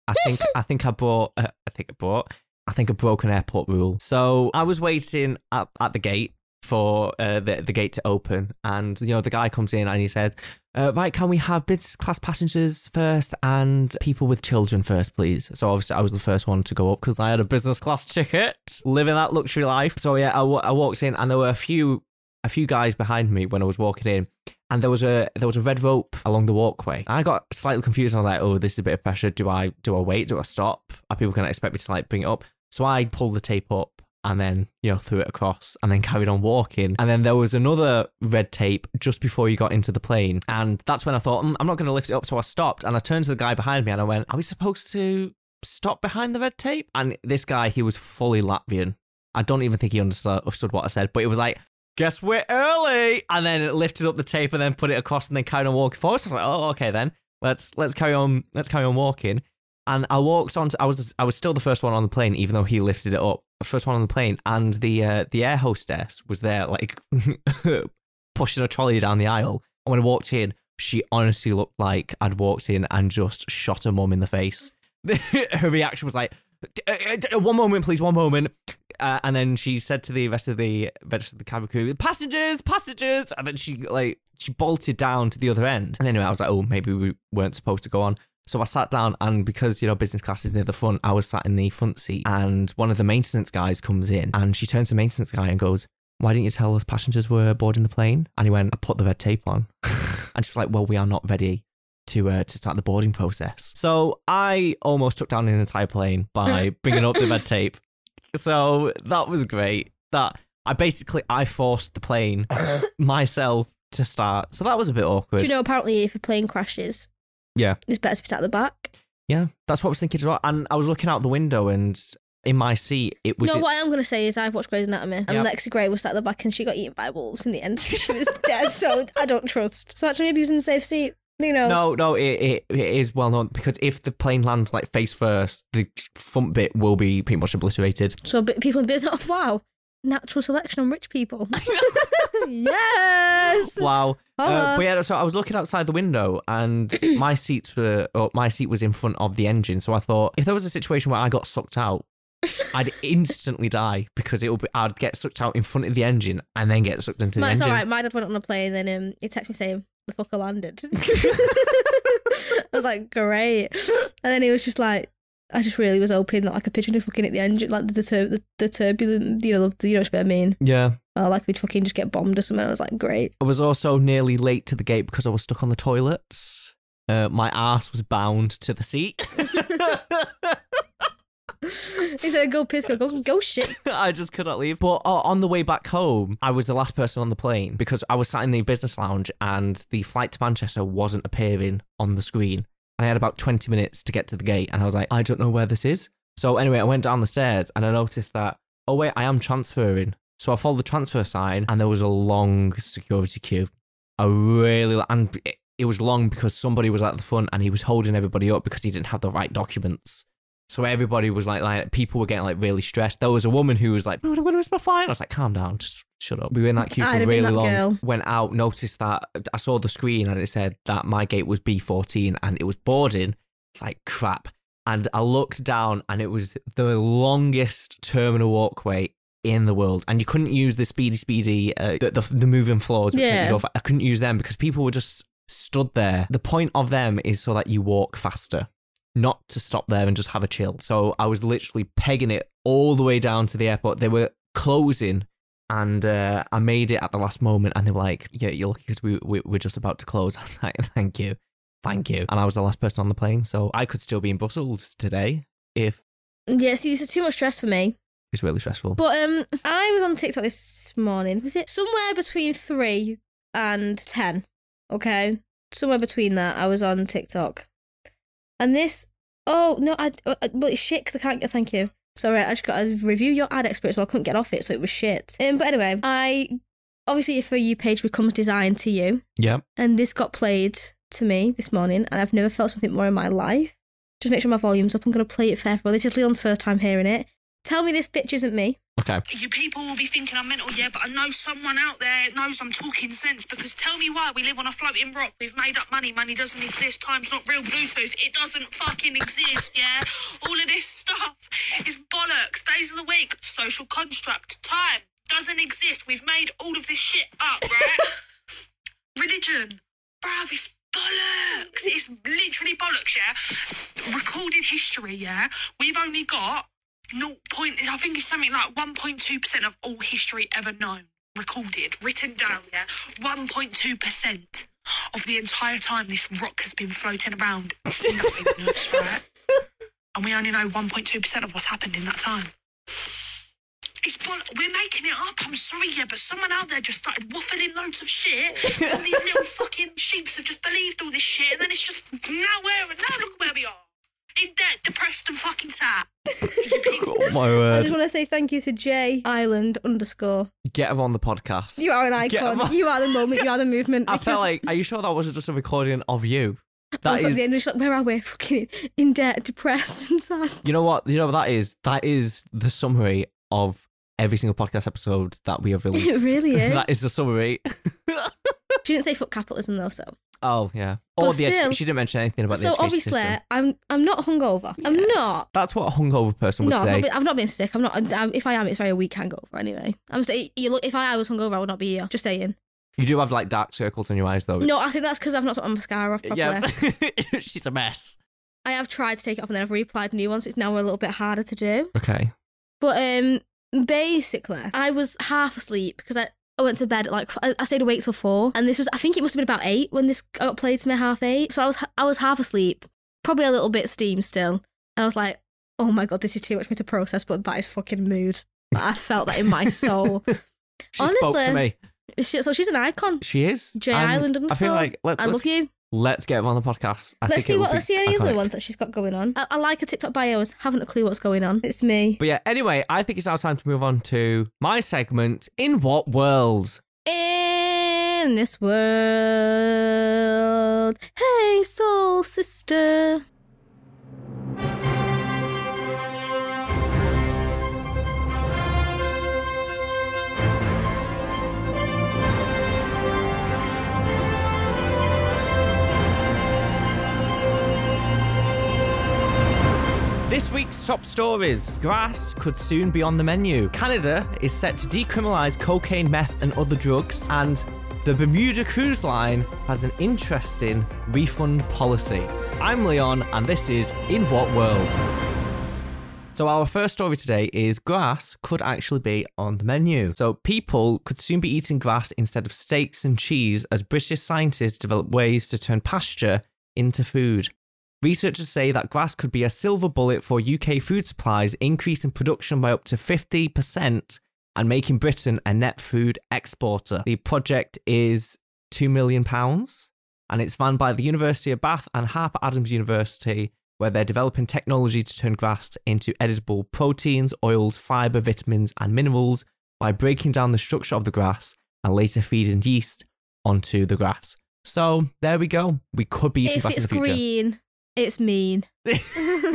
Speaker 1: I
Speaker 2: [LAUGHS]
Speaker 1: think I think I brought uh, I think I brought I think I broke an airport rule. So I was waiting at, at the gate for uh, the the gate to open, and you know the guy comes in and he said, uh, "Right, can we have business class passengers first and people with children first, please?" So obviously I was the first one to go up because I had a business class ticket, living that luxury life. So yeah, I wa- I walked in and there were a few a few guys behind me when I was walking in, and there was a there was a red rope along the walkway. I got slightly confused. and I was like, "Oh, this is a bit of pressure. Do I do I wait? Do I stop? Are people going to expect me to like bring it up?" So I pulled the tape up and then you know threw it across and then carried on walking. And then there was another red tape just before you got into the plane, and that's when I thought, mm, "I'm not going to lift it up." So I stopped and I turned to the guy behind me and I went, "Are we supposed to stop behind the red tape?" And this guy, he was fully Latvian. I don't even think he understood understood what I said, but it was like, guess we're early. And then it lifted up the tape and then put it across and then carried on walking forward. So I was like, oh, okay then. Let's let's carry on let's carry on walking. And I walked on to, I was I was still the first one on the plane, even though he lifted it up. First one on the plane. And the uh, the air hostess was there like [LAUGHS] pushing a trolley down the aisle. And when I walked in, she honestly looked like I'd walked in and just shot her mum in the face. [LAUGHS] her reaction was like, "D- uh, d- one moment, please, one moment. Uh, and then she said to the rest of the rest of the cabin crew, "Passengers, passengers!" And then she like she bolted down to the other end. And anyway, I was like, "Oh, maybe we weren't supposed to go on." So I sat down, and because you know business class is near the front, I was sat in the front seat. And one of the maintenance guys comes in, and she turns to the maintenance guy and goes, "Why didn't you tell us passengers were boarding the plane?" And he went, "I put the red tape on," [LAUGHS] and she was like, "Well, we are not ready." To, uh, to start the boarding process. So I almost took down
Speaker 2: [LAUGHS]
Speaker 1: an entire plane by bringing up the red tape so that was great. That I basically I forced the plane
Speaker 2: [COUGHS]
Speaker 1: myself to start, so that was a bit awkward.
Speaker 2: Do you know apparently if a plane crashes,
Speaker 1: Yeah.
Speaker 2: it's better to be sat at the back.
Speaker 1: yeah, that's what I was thinking as well. And I was looking out the window, and in my seat it was
Speaker 2: no,
Speaker 1: it-
Speaker 2: what I am gonna say is I've watched Grey's Anatomy, and
Speaker 1: Yep.
Speaker 2: Alexa Grey was sat at the back, and she got eaten by wolves in the end. [LAUGHS] she was dead, so I don't trust. So actually, maybe he was in the safe seat. You know,
Speaker 1: no, no, it, it it is well known because if the plane lands like face first, the front bit will be pretty much obliterated.
Speaker 2: so but people in business. [LAUGHS] Oh, wow, natural selection on rich people. [LAUGHS] yes.
Speaker 1: Wow. Uh,
Speaker 2: Holla.
Speaker 1: but yeah, so I was looking outside the window, and my seats were, or my seat was in front of the engine. So I thought, if there was a situation where I got sucked out, I'd instantly die because it would be, I'd get sucked out in front of the engine and then get sucked into the
Speaker 2: My, it's
Speaker 1: engine.
Speaker 2: all right. My dad went on a plane, and then um, he texted me saying the fucker
Speaker 1: [LAUGHS]
Speaker 2: landed. [LAUGHS] I was like, great. And then he was just like, I just really was hoping that like a pigeon would fucking hit the engine, like the tur- the, the turbulent, you know, the, you know what I mean.
Speaker 1: Yeah,
Speaker 2: Or like we'd fucking just get bombed or something. I was like, great.
Speaker 1: I was also nearly late to the gate because I was stuck on the toilets. Uh, my ass was bound to the seat.
Speaker 2: He said, go piss, go, go, go shit.
Speaker 1: [LAUGHS] I just could not leave. But uh, on the way back home, I was the last person on the plane because I was sat in the business lounge and the flight to Manchester wasn't appearing on the screen. And I had about 20 minutes to get to the gate. And I was like, I don't know where this is. So anyway, I went down the stairs and I noticed that, oh, wait, I am transferring. So I followed the transfer sign and there was a long security queue. I really, and it, it was long because somebody was at the front and he was holding everybody up because he didn't have the right documents. So everybody was like, like people were getting like really stressed. There was a woman who was like, "I'm gonna miss my flight." I was like, "Calm down, just shut up." We were in that queue
Speaker 2: I'd
Speaker 1: for
Speaker 2: have been
Speaker 1: really
Speaker 2: that
Speaker 1: long.
Speaker 2: girl.
Speaker 1: Went out, noticed that I saw the screen and it said that my gate was B14 and it was boarding. It's like crap. And I looked down and it was the longest terminal walkway in the world. And you couldn't use the speedy, speedy, uh, the, the, the moving floors. Which make
Speaker 2: Yeah.
Speaker 1: you go fa- I couldn't use them because people were just stood there. The point of them is so that you walk faster, not to stop there and just have a chill. So I was literally pegging it all the way down to the airport. They were closing. And uh, I made it at the last moment, and they were like, "Yeah, you're lucky because we, we we're just about to close." [LAUGHS] I was like, "Thank you, thank you." And I was the last person on the plane, so I could still be in Brussels today if
Speaker 2: Yeah, see, this is too much stress for me.
Speaker 1: it's really stressful.
Speaker 2: But um, I was on TikTok this morning. Was it somewhere between three and ten? Okay, somewhere between that, I was on TikTok, and this. Oh no, I. uh, uh, Well, it's shit because I can't get. Thank you. Sorry, I just got to review your ad experience. Well, I couldn't get off it, so it was shit. Um, but anyway, I obviously if a you page becomes designed to you,
Speaker 1: yeah,
Speaker 2: and this got played to me this morning, and I've never felt something more in my life. Just make sure my volume's up. I'm gonna play it for everyone. This is Leon's first time hearing it. Tell me this bitch isn't me. [LAUGHS]
Speaker 1: okay.
Speaker 4: You people will be thinking I'm mental, yeah, but I know someone out there knows I'm talking sense because tell me why we live on a floating rock. We've made up money. Money doesn't exist. Time's not real. Bluetooth, it doesn't fucking exist, yeah? All of this stuff is bollocks. Days of the week, social construct. Time doesn't exist. We've made all of this shit up, right? [LAUGHS] religion. Bruv, it's bollocks. It's literally bollocks, yeah? Recorded history, yeah? We've only got 0. Point, I think it's something like 1.2% of all history ever known, recorded, written down, yeah? 1.2% of the entire time this rock has been floating around. It's nothingness, right? And we only know 1.2% of what's happened in that time. It's bon- we're making it up. I'm sorry, yeah, but someone out there just started waffling loads of shit. All these little fucking sheeps have just believed all this shit, and then it's just now where now look where we are. In debt, depressed and fucking sad.
Speaker 1: Oh my
Speaker 2: I just [LAUGHS]
Speaker 1: word!
Speaker 2: want to say thank you to Jay Island underscore.
Speaker 1: Get her on the podcast.
Speaker 2: You are an
Speaker 1: Get
Speaker 2: icon.
Speaker 1: him.
Speaker 2: You are the moment. You are the movement.
Speaker 1: [LAUGHS] I
Speaker 2: because-
Speaker 1: felt like, are you sure that wasn't just a recording of you?
Speaker 2: I
Speaker 1: That
Speaker 2: was at the
Speaker 1: is,
Speaker 2: end, just like, where are we? [LAUGHS] Fucking in debt, depressed, and
Speaker 1: [LAUGHS]
Speaker 2: sad.
Speaker 1: you know what, you know what that is. That is the summary of every single podcast episode that we have released.
Speaker 2: [LAUGHS] It really is.
Speaker 1: [LAUGHS] that is the summary.
Speaker 2: She didn't say fuck capitalism though, so.
Speaker 1: Oh yeah.
Speaker 2: But
Speaker 1: Or the edu-
Speaker 2: still-
Speaker 1: she didn't mention anything about the
Speaker 2: So
Speaker 1: education
Speaker 2: obviously,
Speaker 1: system.
Speaker 2: I'm I'm not hungover. I'm not.
Speaker 1: That's what a hungover person would
Speaker 2: No, I've
Speaker 1: say.
Speaker 2: not, been, I've not been sick. I'm not. I'm, if I am, it's very weak hangover anyway. I'm just, you look. If I was hungover, I would not be here. Just saying.
Speaker 1: You do have like dark circles on your eyes though.
Speaker 2: No, I think that's because I've not put my mascara off properly.
Speaker 1: yeah. [LAUGHS] She's a mess.
Speaker 2: I have tried to take it off, and then I've reapplied new ones. So it's now a little bit harder to do.
Speaker 1: Okay.
Speaker 2: But um, basically, I was half asleep because I, I went to bed at like I, I stayed awake till four, and this was I think it must have been about eight when this got played to me half eight. So I was I was half asleep, probably a little bit steam still, and I was like,
Speaker 1: [LAUGHS]
Speaker 2: oh my god, this is too much for me to process, but that is fucking mood. Like, I felt that in my soul.
Speaker 1: She spoke to
Speaker 2: Honestly.
Speaker 1: me.
Speaker 2: She- so she's an icon.
Speaker 1: She is.
Speaker 2: Jay
Speaker 1: and
Speaker 2: Island
Speaker 1: I feel
Speaker 2: Dunsfold.
Speaker 1: like let,
Speaker 2: I
Speaker 1: us
Speaker 2: love you.
Speaker 1: let's get him on the podcast. I
Speaker 2: Let's
Speaker 1: think it
Speaker 2: see
Speaker 1: would
Speaker 2: what.
Speaker 1: be
Speaker 2: Let's see any other
Speaker 1: iconic.
Speaker 2: ones that she's got going on. I, I like her TikTok bios. Haven't a clue what's going on. It's me.
Speaker 1: But yeah, anyway, I think it's now time to move on to my segment. In what world?
Speaker 2: In this world, hey soul sister.
Speaker 1: This week's top stories: grass could soon be on the menu. Canada is set to decriminalise cocaine, meth, and other drugs, and the Bermuda Cruise Line has an interesting refund policy. I'm Leon, and this is In What World. So our first story today is grass could actually be on the menu. So people could soon be eating grass instead of steaks and cheese as British scientists develop ways to turn pasture into food. Researchers say that grass could be a silver bullet for UK food supplies, increasing production by up to 50% and making Britain a net food exporter. The project is 2 million pounds and it's run by the University of Bath and Harper Adams University, where they're developing technology to turn grass into editable proteins, oils, fiber, vitamins, and minerals by breaking down the structure of the grass and later feeding yeast onto the grass. So there we go. We could be eating
Speaker 2: If
Speaker 1: grass in
Speaker 2: it's
Speaker 1: the future.
Speaker 2: green, it's mean. [LAUGHS]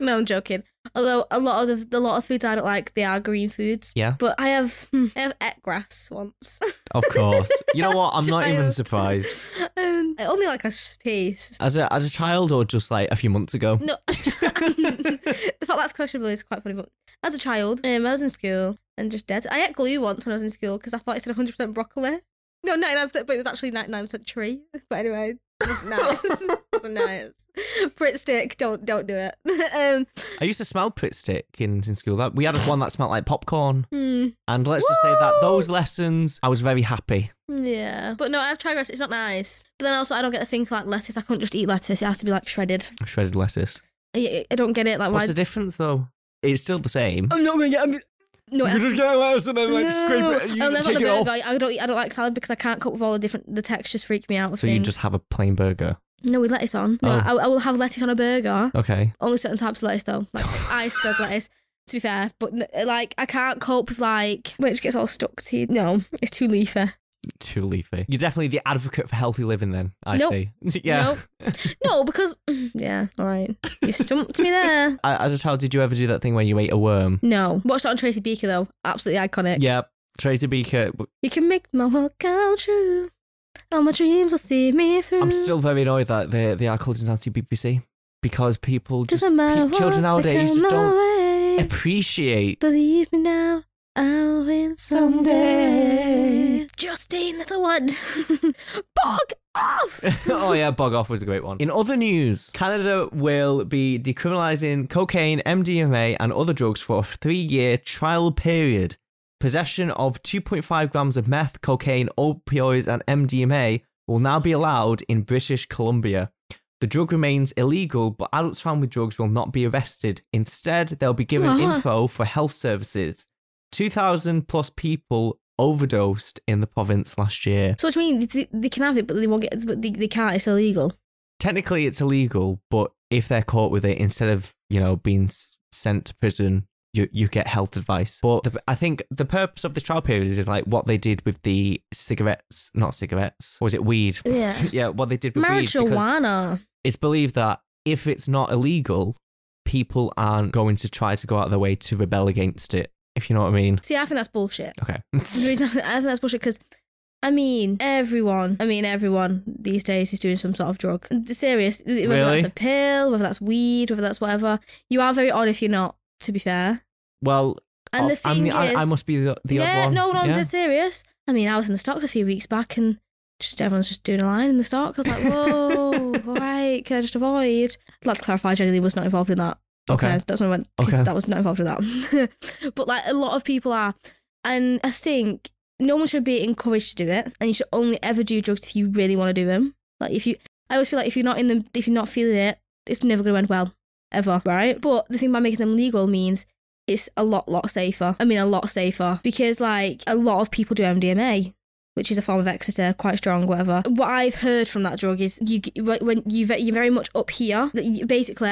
Speaker 2: no, I'm joking. Although a lot of the a lot of foods I don't like, they are green foods.
Speaker 1: Yeah.
Speaker 2: But I have hmm, I have ate grass once. [LAUGHS]
Speaker 1: of course. You know what? I'm not even
Speaker 2: Child.
Speaker 1: surprised.
Speaker 2: um, I only like a s- piece.
Speaker 1: As a as a child or just like a few months ago.
Speaker 2: No, [LAUGHS] the fact that's questionable is quite funny. But as a child, um, I was in school and just dead. I ate glue once when I was in school because I thought it said 100 percent broccoli. No, 99 percent, but it was actually 99 percent tree. But anyway, it
Speaker 1: [LAUGHS]
Speaker 2: wasn't nice. it wasn't nice. Brit stick, don't don't do it. [LAUGHS] um,
Speaker 1: I used to smell Pritt stick in, in school. That we had one that smelled like popcorn.
Speaker 2: hmm,
Speaker 1: And let's just say that
Speaker 2: Woo!
Speaker 1: those lessons I was very happy.
Speaker 2: yeah, but no, I've tried grass. It's not nice. But then also, I don't get to think like lettuce. I can't just eat lettuce. It has to be like shredded.
Speaker 1: Shredded lettuce.
Speaker 2: I, I don't get it. Like
Speaker 1: What's
Speaker 2: why?
Speaker 1: the difference though? It's still the same.
Speaker 2: I'm not gonna get. I'm, no, it has to
Speaker 1: get lettuce and then
Speaker 2: I'll never have a burger. I don't. eat- I don't like salad because I can't cope with all the different. The textures freak me out. I
Speaker 1: So you
Speaker 2: think.
Speaker 1: just have a plain burger.
Speaker 2: no with lettuce on. No,
Speaker 1: Oh.
Speaker 2: I, I will have lettuce on a burger.
Speaker 1: Okay.
Speaker 2: Only certain types of lettuce though,
Speaker 1: [LAUGHS]
Speaker 2: like iceberg lettuce. To be fair, but n- like I can't cope with like when it just gets all stuck to you. No, it's too leafy.
Speaker 1: Too leafy. You're definitely the advocate for healthy living then, I
Speaker 2: Nope.
Speaker 1: see. [LAUGHS] yeah.
Speaker 2: No, because [LAUGHS] yeah, all right, you stumped me there.
Speaker 1: I As a child, did you ever do that thing where you ate a worm?
Speaker 2: No, watch that on Tracy Beaker though. Absolutely iconic.
Speaker 1: Yeah. Tracy Beaker.
Speaker 2: You can make my world come true. All my dreams will see me through.
Speaker 1: I'm still very annoyed that they, they are called an anti-BBC because people just,
Speaker 2: Doesn't matter
Speaker 1: pe- children
Speaker 2: what they
Speaker 1: nowadays just
Speaker 2: come
Speaker 1: don't
Speaker 2: my way.
Speaker 1: appreciate
Speaker 2: Believe me now, I'll win someday. Justine, little [LAUGHS] one, bog off.
Speaker 1: [LAUGHS] oh yeah, bog off was a great one. In other news, Canada will be decriminalising cocaine, MDMA, and other drugs for a three-year trial period. Possession of 2.5 grams of meth, cocaine, opioids, and MDMA will now be allowed in British Columbia. The drug remains illegal, but adults found with drugs will not be arrested. Instead, they'll be given
Speaker 2: Ah.
Speaker 1: info for health services. 2,000 plus people overdosed in the province last year.
Speaker 2: So what do you mean they, they can have it, but they won't get, but they, they can't. It's illegal.
Speaker 1: technically it's illegal, but if they're caught with it, instead of you know being s- sent to prison, you you get health advice. But the, I think the purpose of this trial period is, is like what they did with the cigarettes, not cigarettes, or was it weed?
Speaker 2: Yeah.
Speaker 1: [LAUGHS] yeah, what they did with weed because
Speaker 2: Marijuana.
Speaker 1: it's believed that if it's not illegal, people aren't going to try to go out of their way to rebel against it. If you know what I mean.
Speaker 2: See, I think that's bullshit. [LAUGHS]
Speaker 1: Okay. [LAUGHS]
Speaker 2: the reason I think, I think that's bullshit because I mean everyone, I mean everyone these days is doing some sort of drug. Serious, whether
Speaker 1: Really?
Speaker 2: that's a pill, whether that's weed, whether that's whatever. You are very odd if you're not. To be fair,
Speaker 1: Well,
Speaker 2: and the
Speaker 1: Oh, I'm
Speaker 2: thing
Speaker 1: I-
Speaker 2: is,
Speaker 1: I, must be the, the
Speaker 2: yeah,
Speaker 1: odd one.
Speaker 2: no, no, I'm
Speaker 1: Yeah.
Speaker 2: dead serious. I mean, I was in the stocks a few weeks back, and just everyone's just doing a line in the stock. I was like,
Speaker 1: [LAUGHS]
Speaker 2: whoa, all right, can I just avoid? I'd like to clarify, I genuinely was not involved in that.
Speaker 1: Okay.
Speaker 2: that's when I went. 'cause
Speaker 1: Okay.
Speaker 2: That was not involved in that. [LAUGHS] but like a lot of people are, and I think no one should be encouraged to do it, and you should only ever do drugs if you really want to do them. Like if you, I always feel like if you're not in them, if you're not feeling it, it's never going to end well ever, right? But the thing about making them legal means it's a lot, lot safer. I mean, a lot safer because like a lot of people do MDMA, which is a form of Exeter, quite strong, whatever. What I've heard from that drug is you when you ve- you're very much up here. that you- Basically,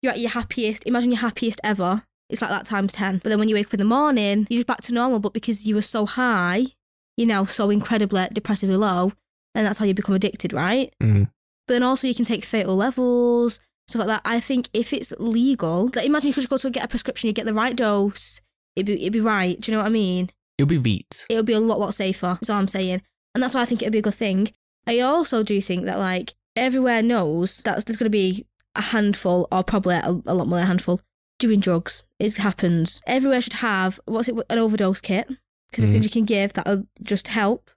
Speaker 2: you're at your happiest. Imagine your happiest ever. It's like that times ten. But then when you wake up in the morning, you're just back to normal. But because you were so high, you know, so incredibly depressively low, and that's how you become addicted, right?
Speaker 1: Mm.
Speaker 2: But then also you can take fatal levels, stuff like that. I think if it's legal, like imagine you could just go to get a prescription, you get the right dose, it'd be it'd be right. Do you know what I mean?
Speaker 1: It'll be Veet.
Speaker 2: It'll be a lot lot safer. That's all I'm saying, and that's why I think it'd be a good thing. I also do think that like everywhere knows that there's going to be a handful, or probably a, a lot more than a handful, doing drugs. It happens. Everywhere should have what's it an overdose kit because there's
Speaker 1: Mm.
Speaker 2: things you can give that'll just help.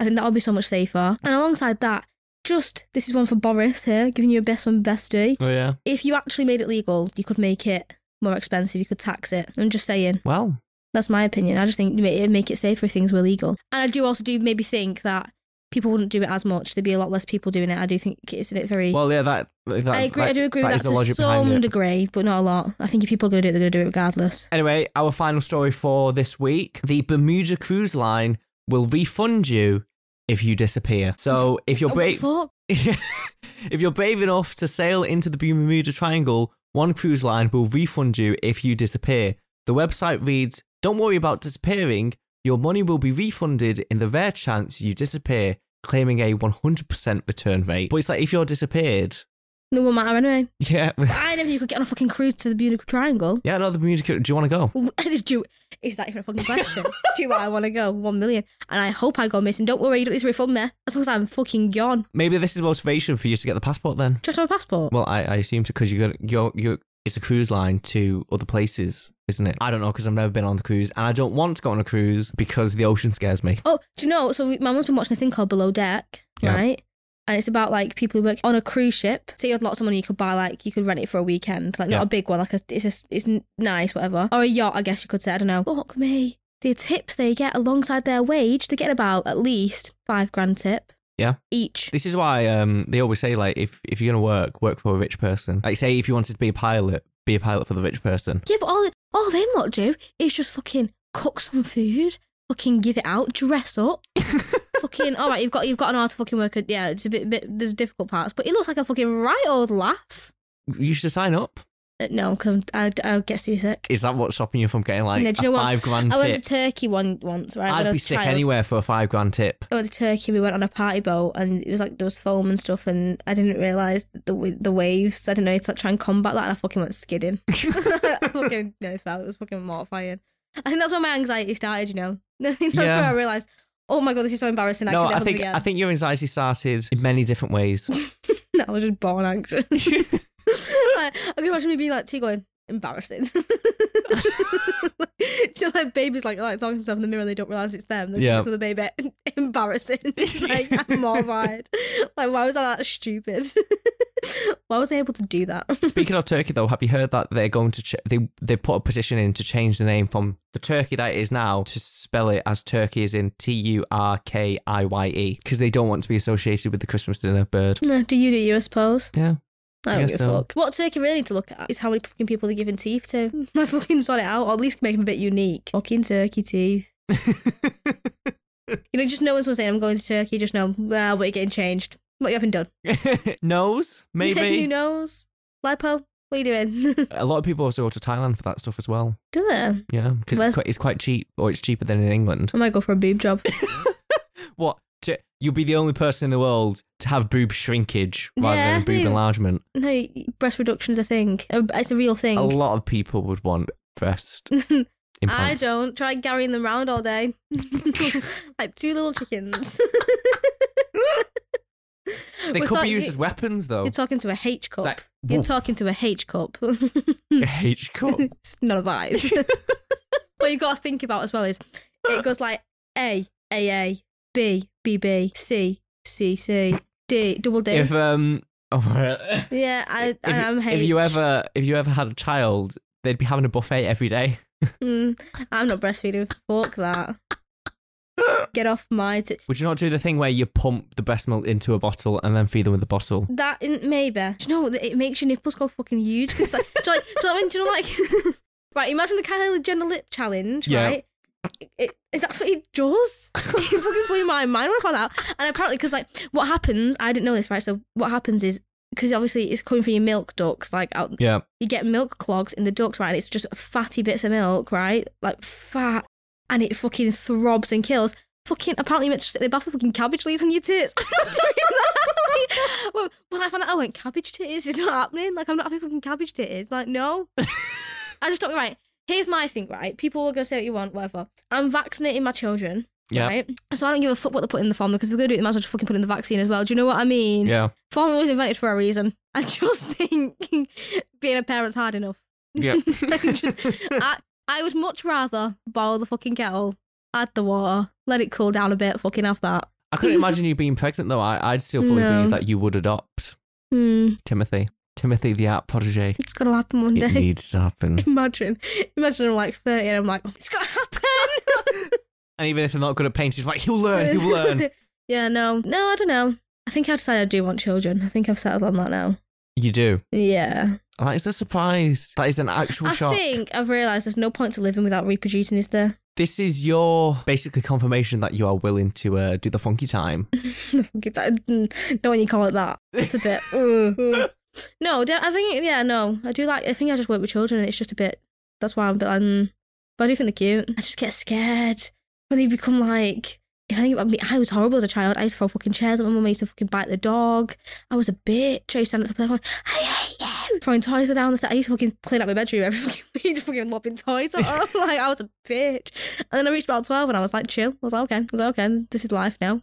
Speaker 2: I think that'll be so much safer. And alongside that, just this is one for Boris here, giving you a best one bestie.
Speaker 1: Oh yeah.
Speaker 2: If you actually made it legal, you could make it more expensive. You could tax it. I'm just saying.
Speaker 1: Well,
Speaker 2: That's my opinion. I just think it would make it safer if things were legal. And I do also do maybe think that people wouldn't do it as much. There'd be a lot less people doing it. I do think it's in it very.
Speaker 1: well, yeah. That, that
Speaker 2: I agree. I
Speaker 1: that-
Speaker 2: do agree
Speaker 1: that
Speaker 2: with
Speaker 1: is
Speaker 2: that
Speaker 1: the
Speaker 2: to
Speaker 1: logic behind
Speaker 2: some
Speaker 1: it.
Speaker 2: degree, but not a lot. I think if people are going to do it, they're going to do it regardless.
Speaker 1: Anyway, our final story for this week the Bermuda Cruise Line will refund you if you disappear. So if you're
Speaker 2: Oh, what the
Speaker 1: brave,
Speaker 2: fuck?
Speaker 1: if you're brave enough to sail into the Bermuda Triangle, one cruise line will refund you if you disappear. The website reads, "Don't worry about disappearing. Your money will be refunded in the rare chance you disappear." Claiming a 100% return rate. But it's like if you're disappeared, [LAUGHS]
Speaker 2: No one matter anyway.
Speaker 1: yeah,
Speaker 2: I never knew you could get on a fucking cruise to the Bermuda Triangle. [LAUGHS]
Speaker 1: yeah, no, the Bermuda. Cru- Do you want to go?
Speaker 2: do you, is that even a fucking question? do you know where I want to go? One million. And I hope I go missing. Don't worry, you don't need to refund me. As long as I'm fucking gone.
Speaker 1: Maybe this is motivation for you to get the passport then.
Speaker 2: Check my passport.
Speaker 1: Well, I, I assume because you're gonna you're you it's a cruise line to other places, isn't it? I don't know because I've never been on the cruise, and I don't want to go on a cruise because the ocean scares me.
Speaker 2: Oh, do you know? So we, my mum's been watching this thing called Below Deck,
Speaker 1: Yeah.
Speaker 2: right? And it's about like people who work on a cruise ship. Say you had lots of money, you could buy like you could rent it for a weekend, like not
Speaker 1: Yeah.
Speaker 2: a big one, like a, it's just it's n- nice, whatever, or a yacht, I guess you could say. I don't know. Fuck me. The tips they get alongside their wage, they get about at least five grand tip.
Speaker 1: Yeah.
Speaker 2: Each.
Speaker 1: This is why um they always say like if if you're gonna work, work for a rich person. Like say if you wanted to be a pilot, be a pilot for the rich person.
Speaker 2: Yeah, but all all they lot do is just fucking cook some food, fucking give it out, dress
Speaker 1: [LAUGHS]
Speaker 2: up. fucking all right, you've got you've got an hour to fucking work. At, yeah, it's a bit, bit there's difficult parts, but it looks like a fucking right old laugh.
Speaker 1: You should sign up.
Speaker 2: Uh, no, because I I'll get seasick.
Speaker 1: Is that what's stopping you from getting like
Speaker 2: No, do you
Speaker 1: a
Speaker 2: know what?
Speaker 1: five grand
Speaker 2: I went to
Speaker 1: tip?
Speaker 2: Turkey one once, right? when
Speaker 1: I'd
Speaker 2: I
Speaker 1: be
Speaker 2: was a
Speaker 1: sick
Speaker 2: child.
Speaker 1: anywhere for a five grand tip.
Speaker 2: I went to Turkey. We went on a party boat, and it was like there was foam and stuff, and I didn't realize the w- the waves. I didn't know how to like, try and combat that, and I fucking went
Speaker 1: [LAUGHS]
Speaker 2: skidding. [LAUGHS] I fucking no, fell. It was fucking mortifying. I think that's where my anxiety started. You know, [LAUGHS] that's
Speaker 1: Yeah.
Speaker 2: where I realized. Oh my god, this is so embarrassing. I
Speaker 1: no,
Speaker 2: could
Speaker 1: I
Speaker 2: never
Speaker 1: think
Speaker 2: begin.
Speaker 1: I think your anxiety started in many different ways.
Speaker 2: [LAUGHS] I was just born anxious.
Speaker 1: [LAUGHS]
Speaker 2: like, I can imagine me being like two going embarrassing. [LAUGHS] like, you know, like babies like like talking to themselves in the mirror, they don't realize it's them. They're
Speaker 1: Yeah.
Speaker 2: yeah. to the baby [LAUGHS]
Speaker 1: [LAUGHS]
Speaker 2: embarrassing. It's like I'm mortified. Like why was I that stupid? [LAUGHS] why was I able to do that? [LAUGHS]
Speaker 1: Speaking of Turkey, though, have you heard that they're going to ch- they they put a petition in to change the name from the Turkey that it is now to spell it as Turkey is in T U R K I Y E because they don't want to be associated with the Christmas dinner bird.
Speaker 2: no, do you do you? I suppose.
Speaker 1: Yeah, [LAUGHS]
Speaker 2: I don't
Speaker 1: guess
Speaker 2: give a
Speaker 1: so.
Speaker 2: fuck. What Turkey really need to look at is how many fucking people they're giving teeth to. [LAUGHS] I fucking sort it out, or at least make them a bit unique. Fucking Turkey teeth. You know, just no one's gonna say I'm going to Turkey. Just know, well, we're getting changed. What you haven't done? [LAUGHS]
Speaker 1: nose
Speaker 2: New [LAUGHS]
Speaker 1: maybe.
Speaker 2: nose. Lipo. What are you doing? [LAUGHS]
Speaker 1: A lot of people also go to Thailand for that stuff as well.
Speaker 2: Do they?
Speaker 1: Yeah, because
Speaker 2: Where's-
Speaker 1: it's quite, it's quite cheap, or it's cheaper than in England.
Speaker 2: I might go for a boob job. [LAUGHS]
Speaker 1: What? To, you'll be the only person in the world to have boob shrinkage rather
Speaker 2: Yeah,
Speaker 1: than boob
Speaker 2: who-
Speaker 1: enlargement.
Speaker 2: no, y- breast reduction's a thing. Uh, It's a real thing.
Speaker 1: A lot of people would want breast
Speaker 2: [LAUGHS] I
Speaker 1: implants.
Speaker 2: don't. Try carrying them round all day. [LAUGHS] like two little chickens. [LAUGHS]
Speaker 1: They
Speaker 2: We're
Speaker 1: could
Speaker 2: sorry,
Speaker 1: be used
Speaker 2: you-
Speaker 1: as weapons, though.
Speaker 2: You're
Speaker 1: [LAUGHS]
Speaker 2: talking to a H cup.
Speaker 1: like,
Speaker 2: You're
Speaker 1: woof.
Speaker 2: talking to a H cup. [LAUGHS]
Speaker 1: H cup.
Speaker 2: it's not a
Speaker 1: [LAUGHS]
Speaker 2: vibe. what you got to think about as well is it goes like A, A, A, B, B, B, C, C, C, D, double D.
Speaker 1: If um, oh
Speaker 2: [LAUGHS]
Speaker 1: my-
Speaker 2: yeah, I,
Speaker 1: if,
Speaker 2: I am H.
Speaker 1: if you ever if you ever had a child, they'd be having a buffet every day.
Speaker 2: Mm, I'm not breastfeeding. Fuck that. Get off my. T-
Speaker 1: Would you not do the thing where you pump the breast milk into a bottle and then feed them with the bottle?
Speaker 2: that in, maybe. Do you know what? It makes your nipples go fucking huge. 'cause, like, [LAUGHS] do, you, like- do you know, what I mean? do you know like Right, imagine the Kylie Jenner lip challenge,
Speaker 1: Yeah.
Speaker 2: right? It, it, that's what he does. [LAUGHS] it fucking blew my mind when I found out. And apparently, because like what happens, I didn't know this, right? So what happens is because obviously it's coming from your milk ducts, like out,
Speaker 1: Yeah.
Speaker 2: you get milk clogs in the ducts, right? And it's just fatty bits of milk, right? Like fat, and it fucking throbs and kills. Fucking apparently, you meant to sit in the bath with fucking cabbage leaves on your tits. [LAUGHS] I'm not doing that. Like, when- when I found out, I went cabbage tits. It's not happening. Like I'm not having fucking cabbage tits. Like
Speaker 1: [LAUGHS]
Speaker 2: no, I just don't. Right, here's my thing. Right, people are gonna say what you want, whatever. I'm vaccinating my children.
Speaker 1: Yeah.
Speaker 2: Right? So I don't give a fuck what they put in the formula because they're gonna do it. They might as well just fucking put in the vaccine as well. Do you know what I mean? [LAUGHS]
Speaker 1: Yeah.
Speaker 2: Formula was invented for a reason. I just [LAUGHS] think being a parent's hard enough. [LAUGHS]
Speaker 1: Yeah.
Speaker 2: I can just- I, I would much rather boil the fucking kettle, add the water, let it cool down a bit, fucking have that.
Speaker 1: [LAUGHS] I couldn't imagine you being pregnant though. I, I'd still fully
Speaker 2: No.
Speaker 1: believe that you would adopt
Speaker 2: Hmm,
Speaker 1: Timothy. Timothy the art
Speaker 2: [LAUGHS]
Speaker 1: protege.
Speaker 2: it's gonna happen one day.
Speaker 1: It needs to happen.
Speaker 2: [LAUGHS] imagine, imagine I'm like thirty and I'm like, it's gonna happen.
Speaker 1: [LAUGHS] and even if they're not good at painting, it's like you'll learn, you'll
Speaker 2: [LAUGHS]
Speaker 1: learn.
Speaker 2: yeah, no, no, I don't know. I think I decided I do want children. I think I've settled on that now.
Speaker 1: you do.
Speaker 2: Yeah,
Speaker 1: That is a surprise. That is an actual
Speaker 2: I
Speaker 1: shock.
Speaker 2: think I've realised there's no point to living without reproducing, is there?
Speaker 1: This is your basically confirmation that you are willing to uh, do the
Speaker 2: [LAUGHS]
Speaker 1: funky time.
Speaker 2: Give that- mm, don't when you call it that. It's a bit. ugh, ugh. no, don't, I think yeah, no, I do like. I think I just work with children. and It's just a bit. That's why I'm a bit like. mm. But I do think they're cute. I just get scared when they become like. I think I, mean, I was horrible as a child. I used to throw fucking chairs at my mum. I used to fucking bite the dog. I was a bitch. I used to stand at the top of the playground, I hate you. Throwing toys down the stairs. I used to fucking clean out my bedroom every [LAUGHS] fucking week, just fucking lobbing toys at her. like I was a bitch. And then I reached about twelve, and I was like, chill. I was like, okay, I was like, okay, this is life now.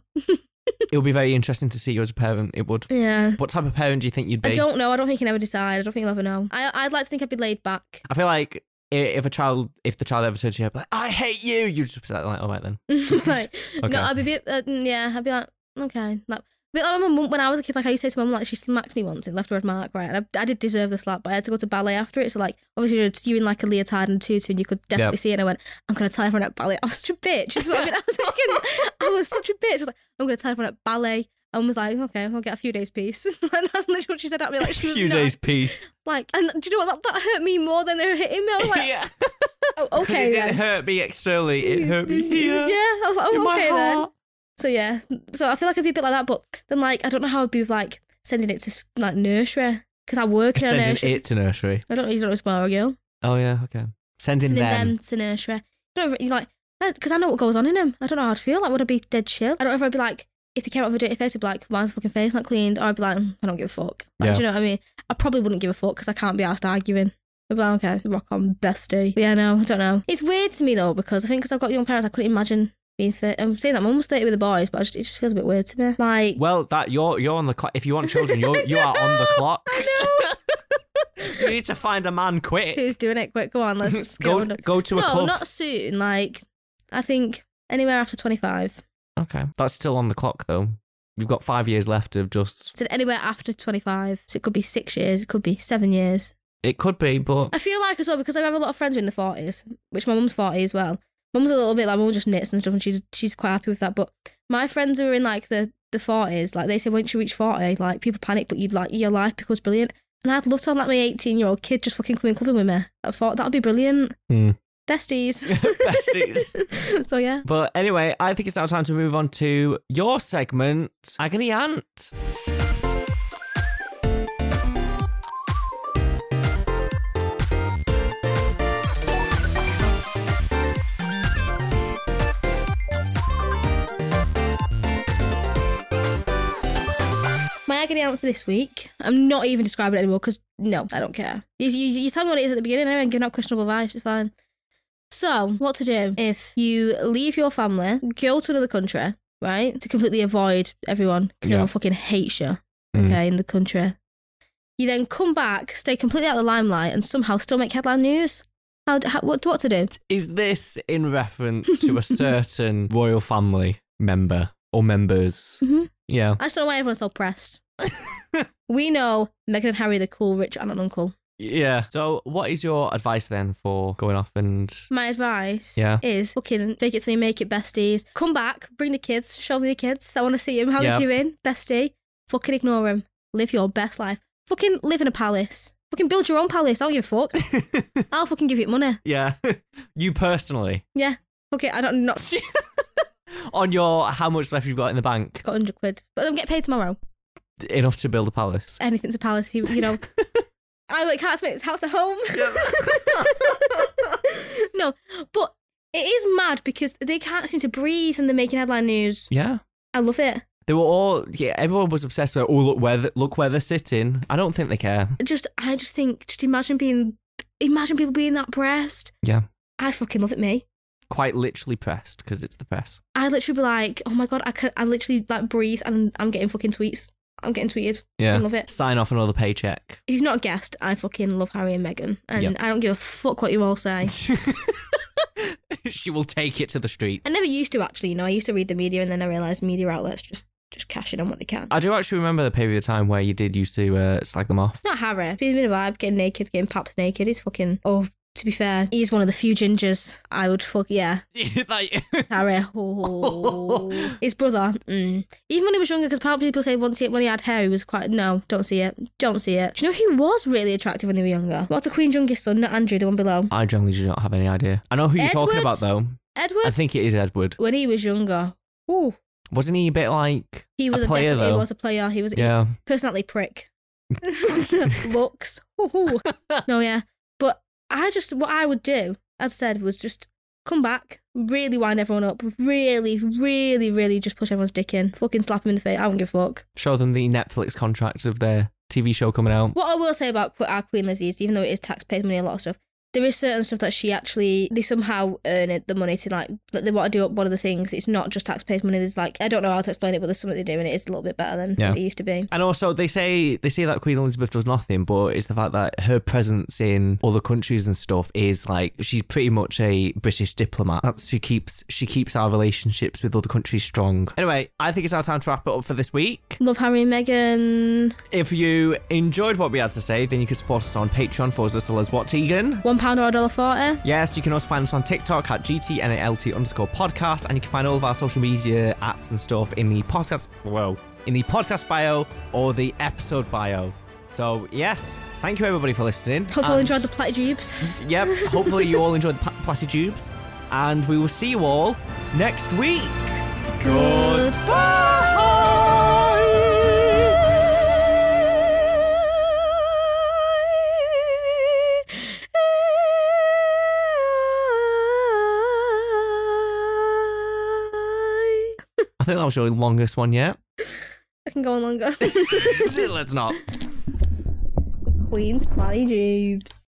Speaker 1: it would be very interesting to see you as a parent. It would.
Speaker 2: Yeah.
Speaker 1: What type of parent do you think you'd be?
Speaker 2: I don't know. I don't think you can ever decide. I don't think you'll ever know. I, I'd like to think I'd be laid back. [LAUGHS]
Speaker 1: I feel like i- if a child, if the child ever said to you, like, "I hate you," you just be like, "All right then."
Speaker 2: Mm,
Speaker 1: [LAUGHS]
Speaker 2: like,
Speaker 1: [LAUGHS] Okay.
Speaker 2: no, I'd be, a bit- uh, mm, yeah, I'd be like, okay. Like, but like my mum, when I was a kid, like I used to say to my mum, like she smacked me once and left a red mark, right? And I, I did deserve the slap, but I had to go to ballet after it. So like, obviously you're, you're in like a leotard and tutu, and you could definitely see. it. And I went, I'm gonna tell everyone at ballet. I was such a bitch. Is what I, mean. I was such a kid. I was such a bitch. I was like, I'm gonna tell everyone at ballet. And was like, okay, I'll get a few days peace. [LAUGHS] and that's literally what she said at
Speaker 1: [LAUGHS]
Speaker 2: me. Like, she was
Speaker 1: Few
Speaker 2: not-
Speaker 1: days peace.
Speaker 2: Like, and do you know what? That, that hurt me more than they were hitting me. I was [LAUGHS] like,
Speaker 1: [LAUGHS] yeah.
Speaker 2: oh,
Speaker 1: 'Cause
Speaker 2: okay.
Speaker 1: [LAUGHS]
Speaker 2: then.
Speaker 1: It
Speaker 2: Mm,
Speaker 1: didn't hurt me externally. It hurt me
Speaker 2: Yeah,
Speaker 1: here.
Speaker 2: I was like,
Speaker 1: in
Speaker 2: oh,
Speaker 1: my
Speaker 2: okay then.
Speaker 1: heart.
Speaker 2: So yeah, so I feel like I'd be a bit like that, but then like I don't know how I'd be with, like sending it to s- like nursery because I work in a nursery.
Speaker 1: Sending it to nursery.
Speaker 2: I don't know, you don't know small girl.
Speaker 1: Oh yeah. Okay. Sending
Speaker 2: Sending
Speaker 1: them.
Speaker 2: them to nursery. I don't know, if- you like because I know what goes on in them. I don't know how I'd feel. Like would I be dead chill? I don't know if I'd be like if they came out with a dirty face, I'd be like, why's the fucking face not cleaned? Or I'd be like, "Mm, I don't give a fuck. Like,
Speaker 1: Yeah.
Speaker 2: Do you know what I mean? I probably wouldn't give a fuck because I can't be asked arguing. I'd be like, okay, rock on, bestie. But yeah, no, I don't know. It's weird to me though because I think because I've got young parents, I couldn't imagine being 30. I'm saying that my mum was 30 with the boys, but I just, it just feels a bit weird to me. Like,
Speaker 1: Well, that you're you're on the clock. If you want children, you're you
Speaker 2: [LAUGHS]
Speaker 1: are on the
Speaker 2: No,
Speaker 1: clock.
Speaker 2: I
Speaker 1: you need to find a man
Speaker 2: [LAUGHS]
Speaker 1: quick.
Speaker 2: who's doing it quick? Go on,
Speaker 1: [LAUGHS]
Speaker 2: let's just get
Speaker 1: Go
Speaker 2: on with it.
Speaker 1: go to a
Speaker 2: no,
Speaker 1: club.
Speaker 2: not soon. Like, I think anywhere after 25.
Speaker 1: Okay, that's still on the clock though. You've got five years left of just.
Speaker 2: I said anywhere after 25. So it could be six years, it could be seven years.
Speaker 1: It could be, but
Speaker 2: [LAUGHS] I feel like as well, because I have a lot of friends who are in the 40s, which my mum's 40 as well. Mum's a little bit like, mum just knits and stuff, and she, she's quite happy with that. But my friends who are in like the, the 40s, like they say, once you reach 40, like people panic, but you'd like, your life becomes brilliant. And I'd love to have like my 18 year old kid just fucking coming clubbing with me. I thought that'd be brilliant.
Speaker 1: Hmm.
Speaker 2: Besties. [LAUGHS]
Speaker 1: Besties.
Speaker 2: so yeah.
Speaker 1: but anyway, I think it's now time to move on to your segment, Agony Aunt.
Speaker 2: My agony aunt for this week. I'm not even describing it anymore because no, I don't care. You, you, you tell me what it is at the beginning anyway, and giving out questionable advice. It's fine. So, what to do if you leave your family, go to another country, right, to completely avoid everyone because
Speaker 1: Yeah.
Speaker 2: everyone fucking hates you,
Speaker 1: Mm.
Speaker 2: okay, in the country. You then come back, stay completely out of the limelight, and somehow still make headline news. How, d- how what, what to do?
Speaker 1: Is this in reference to a certain royal family member or members?
Speaker 2: Mhm.
Speaker 1: Yeah.
Speaker 2: I just don't know why everyone's so
Speaker 1: [LAUGHS]
Speaker 2: pressed. we know Meghan and Harry, the cool, rich aunt and uncle.
Speaker 1: Yeah. So, what is your advice then for going off and.
Speaker 2: My advice
Speaker 1: Yeah.
Speaker 2: is fucking take it till you make it, besties. Come back, bring the kids, show me the kids. I want to see them. How
Speaker 1: Yeah.
Speaker 2: they doing, bestie? Fucking ignore them. Live your best life. Fucking live in a palace. Fucking build your own palace. I'll give a fuck.
Speaker 1: [LAUGHS]
Speaker 2: I'll fucking give you money.
Speaker 1: yeah. [LAUGHS] you personally,
Speaker 2: Okay, I don't not [LAUGHS]
Speaker 1: on your how much left you've got in the bank,
Speaker 2: got hundred quid, but I'm getting paid tomorrow.
Speaker 1: enough to build a palace.
Speaker 2: Anything's a palace. You, you
Speaker 1: [LAUGHS]
Speaker 2: know. I work hard to make this house a home. [LAUGHS] no, but it is mad because they can't seem to breathe and they're making headline news.
Speaker 1: yeah.
Speaker 2: I love it.
Speaker 1: They were all, yeah, everyone was obsessed with, oh, look where, th- look where they're sitting. I don't think they care.
Speaker 2: Just, I just think, just imagine being, imagine people being that pressed.
Speaker 1: Yeah.
Speaker 2: I fucking love it, me.
Speaker 1: Quite literally pressed because it's the press.
Speaker 2: I literally be like, oh my god, I can, I literally like breathe and I'm getting fucking tweets. I'm getting tweeted.
Speaker 1: Yeah.
Speaker 2: I love it.
Speaker 1: Sign off another paycheck. [LAUGHS]
Speaker 2: If you've not guessed, I fucking love Harry and Meghan, and
Speaker 1: Yeah.
Speaker 2: I don't give a fuck what you all
Speaker 1: [LAUGHS]
Speaker 2: say.
Speaker 1: she will take it to the streets.
Speaker 2: I never used to actually, you know. I used to read the media, and then I realised media outlets just just cashing on what they can.
Speaker 1: I do actually remember the period of time where you did used to uh, slag them
Speaker 2: [LAUGHS]
Speaker 1: off.
Speaker 2: Not Harry. He's been a vibe, getting naked, getting papped naked. He's fucking. Oh, to be fair, he's one of the few gingers I would fuck. Yeah,
Speaker 1: like,
Speaker 2: Harry. [LAUGHS] Oh. His brother. Mm. Even when he was younger, because apparently people say once he when he had hair, he was quite. No, don't see it. Don't see it. Do you know who was really attractive when they were younger? What's the Queen's youngest son? Not Andrew, the one below.
Speaker 1: [LAUGHS] I generally do not have any idea. I know who you're talking
Speaker 2: Edwards?
Speaker 1: about though.
Speaker 2: Edward.
Speaker 1: I think it is Edward.
Speaker 2: when he was younger. Ooh.
Speaker 1: Wasn't he a bit like
Speaker 2: He was
Speaker 1: a
Speaker 2: a,
Speaker 1: player
Speaker 2: definitely
Speaker 1: though?
Speaker 2: was a player. He was a
Speaker 1: yeah,
Speaker 2: personality
Speaker 1: [LAUGHS]
Speaker 2: prick. [LAUGHS] Looks. Ooh. no, yeah. But I just, what I would do, as I said, was just come back, really wind everyone up, really, really, really just push everyone's dick in, fucking slap them in the face. I don't give a fuck.
Speaker 1: show them the Netflix contract of their TV show coming out.
Speaker 2: What I will say about qu- our Queen Lizzie is, even though it is taxpayer money, a lot of stuff, there is certain stuff that she actually, they somehow earn it, the money to like, that they want to do up one of the things. It's not just taxpayer money. There's like, I don't know how to explain it, but there's something they do and it is a little bit better than
Speaker 1: Yeah.
Speaker 2: it used to be.
Speaker 1: And also, they say they say that Queen Elizabeth does nothing, but it's the fact that her presence in other countries and stuff is like she's pretty much a British diplomat. That's who keeps she keeps our relationships with other countries strong. Anyway, I think it's our time to wrap it up for this week.
Speaker 2: Love Harry and Meghan.
Speaker 1: If you enjoyed what we had to say, then you can support us on Patreon for us as what Tegan.
Speaker 2: One pound or a dollar forty.
Speaker 1: Yes, you can also find us on TikTok at GTNALT underscore podcast, and you can find all of our social media apps and stuff in the podcast whoa, in the podcast bio or the episode bio. So yes, thank you everybody for listening.
Speaker 2: Hope you all enjoyed the platitubes.
Speaker 1: the Yep, hopefully you
Speaker 2: [LAUGHS]
Speaker 1: all enjoyed the pla- plastic tubes. And we will see you all next week. I think that was your longest one [LAUGHS] yet.
Speaker 2: I can go on longer.
Speaker 1: Let's not.
Speaker 2: Queen's platitubes.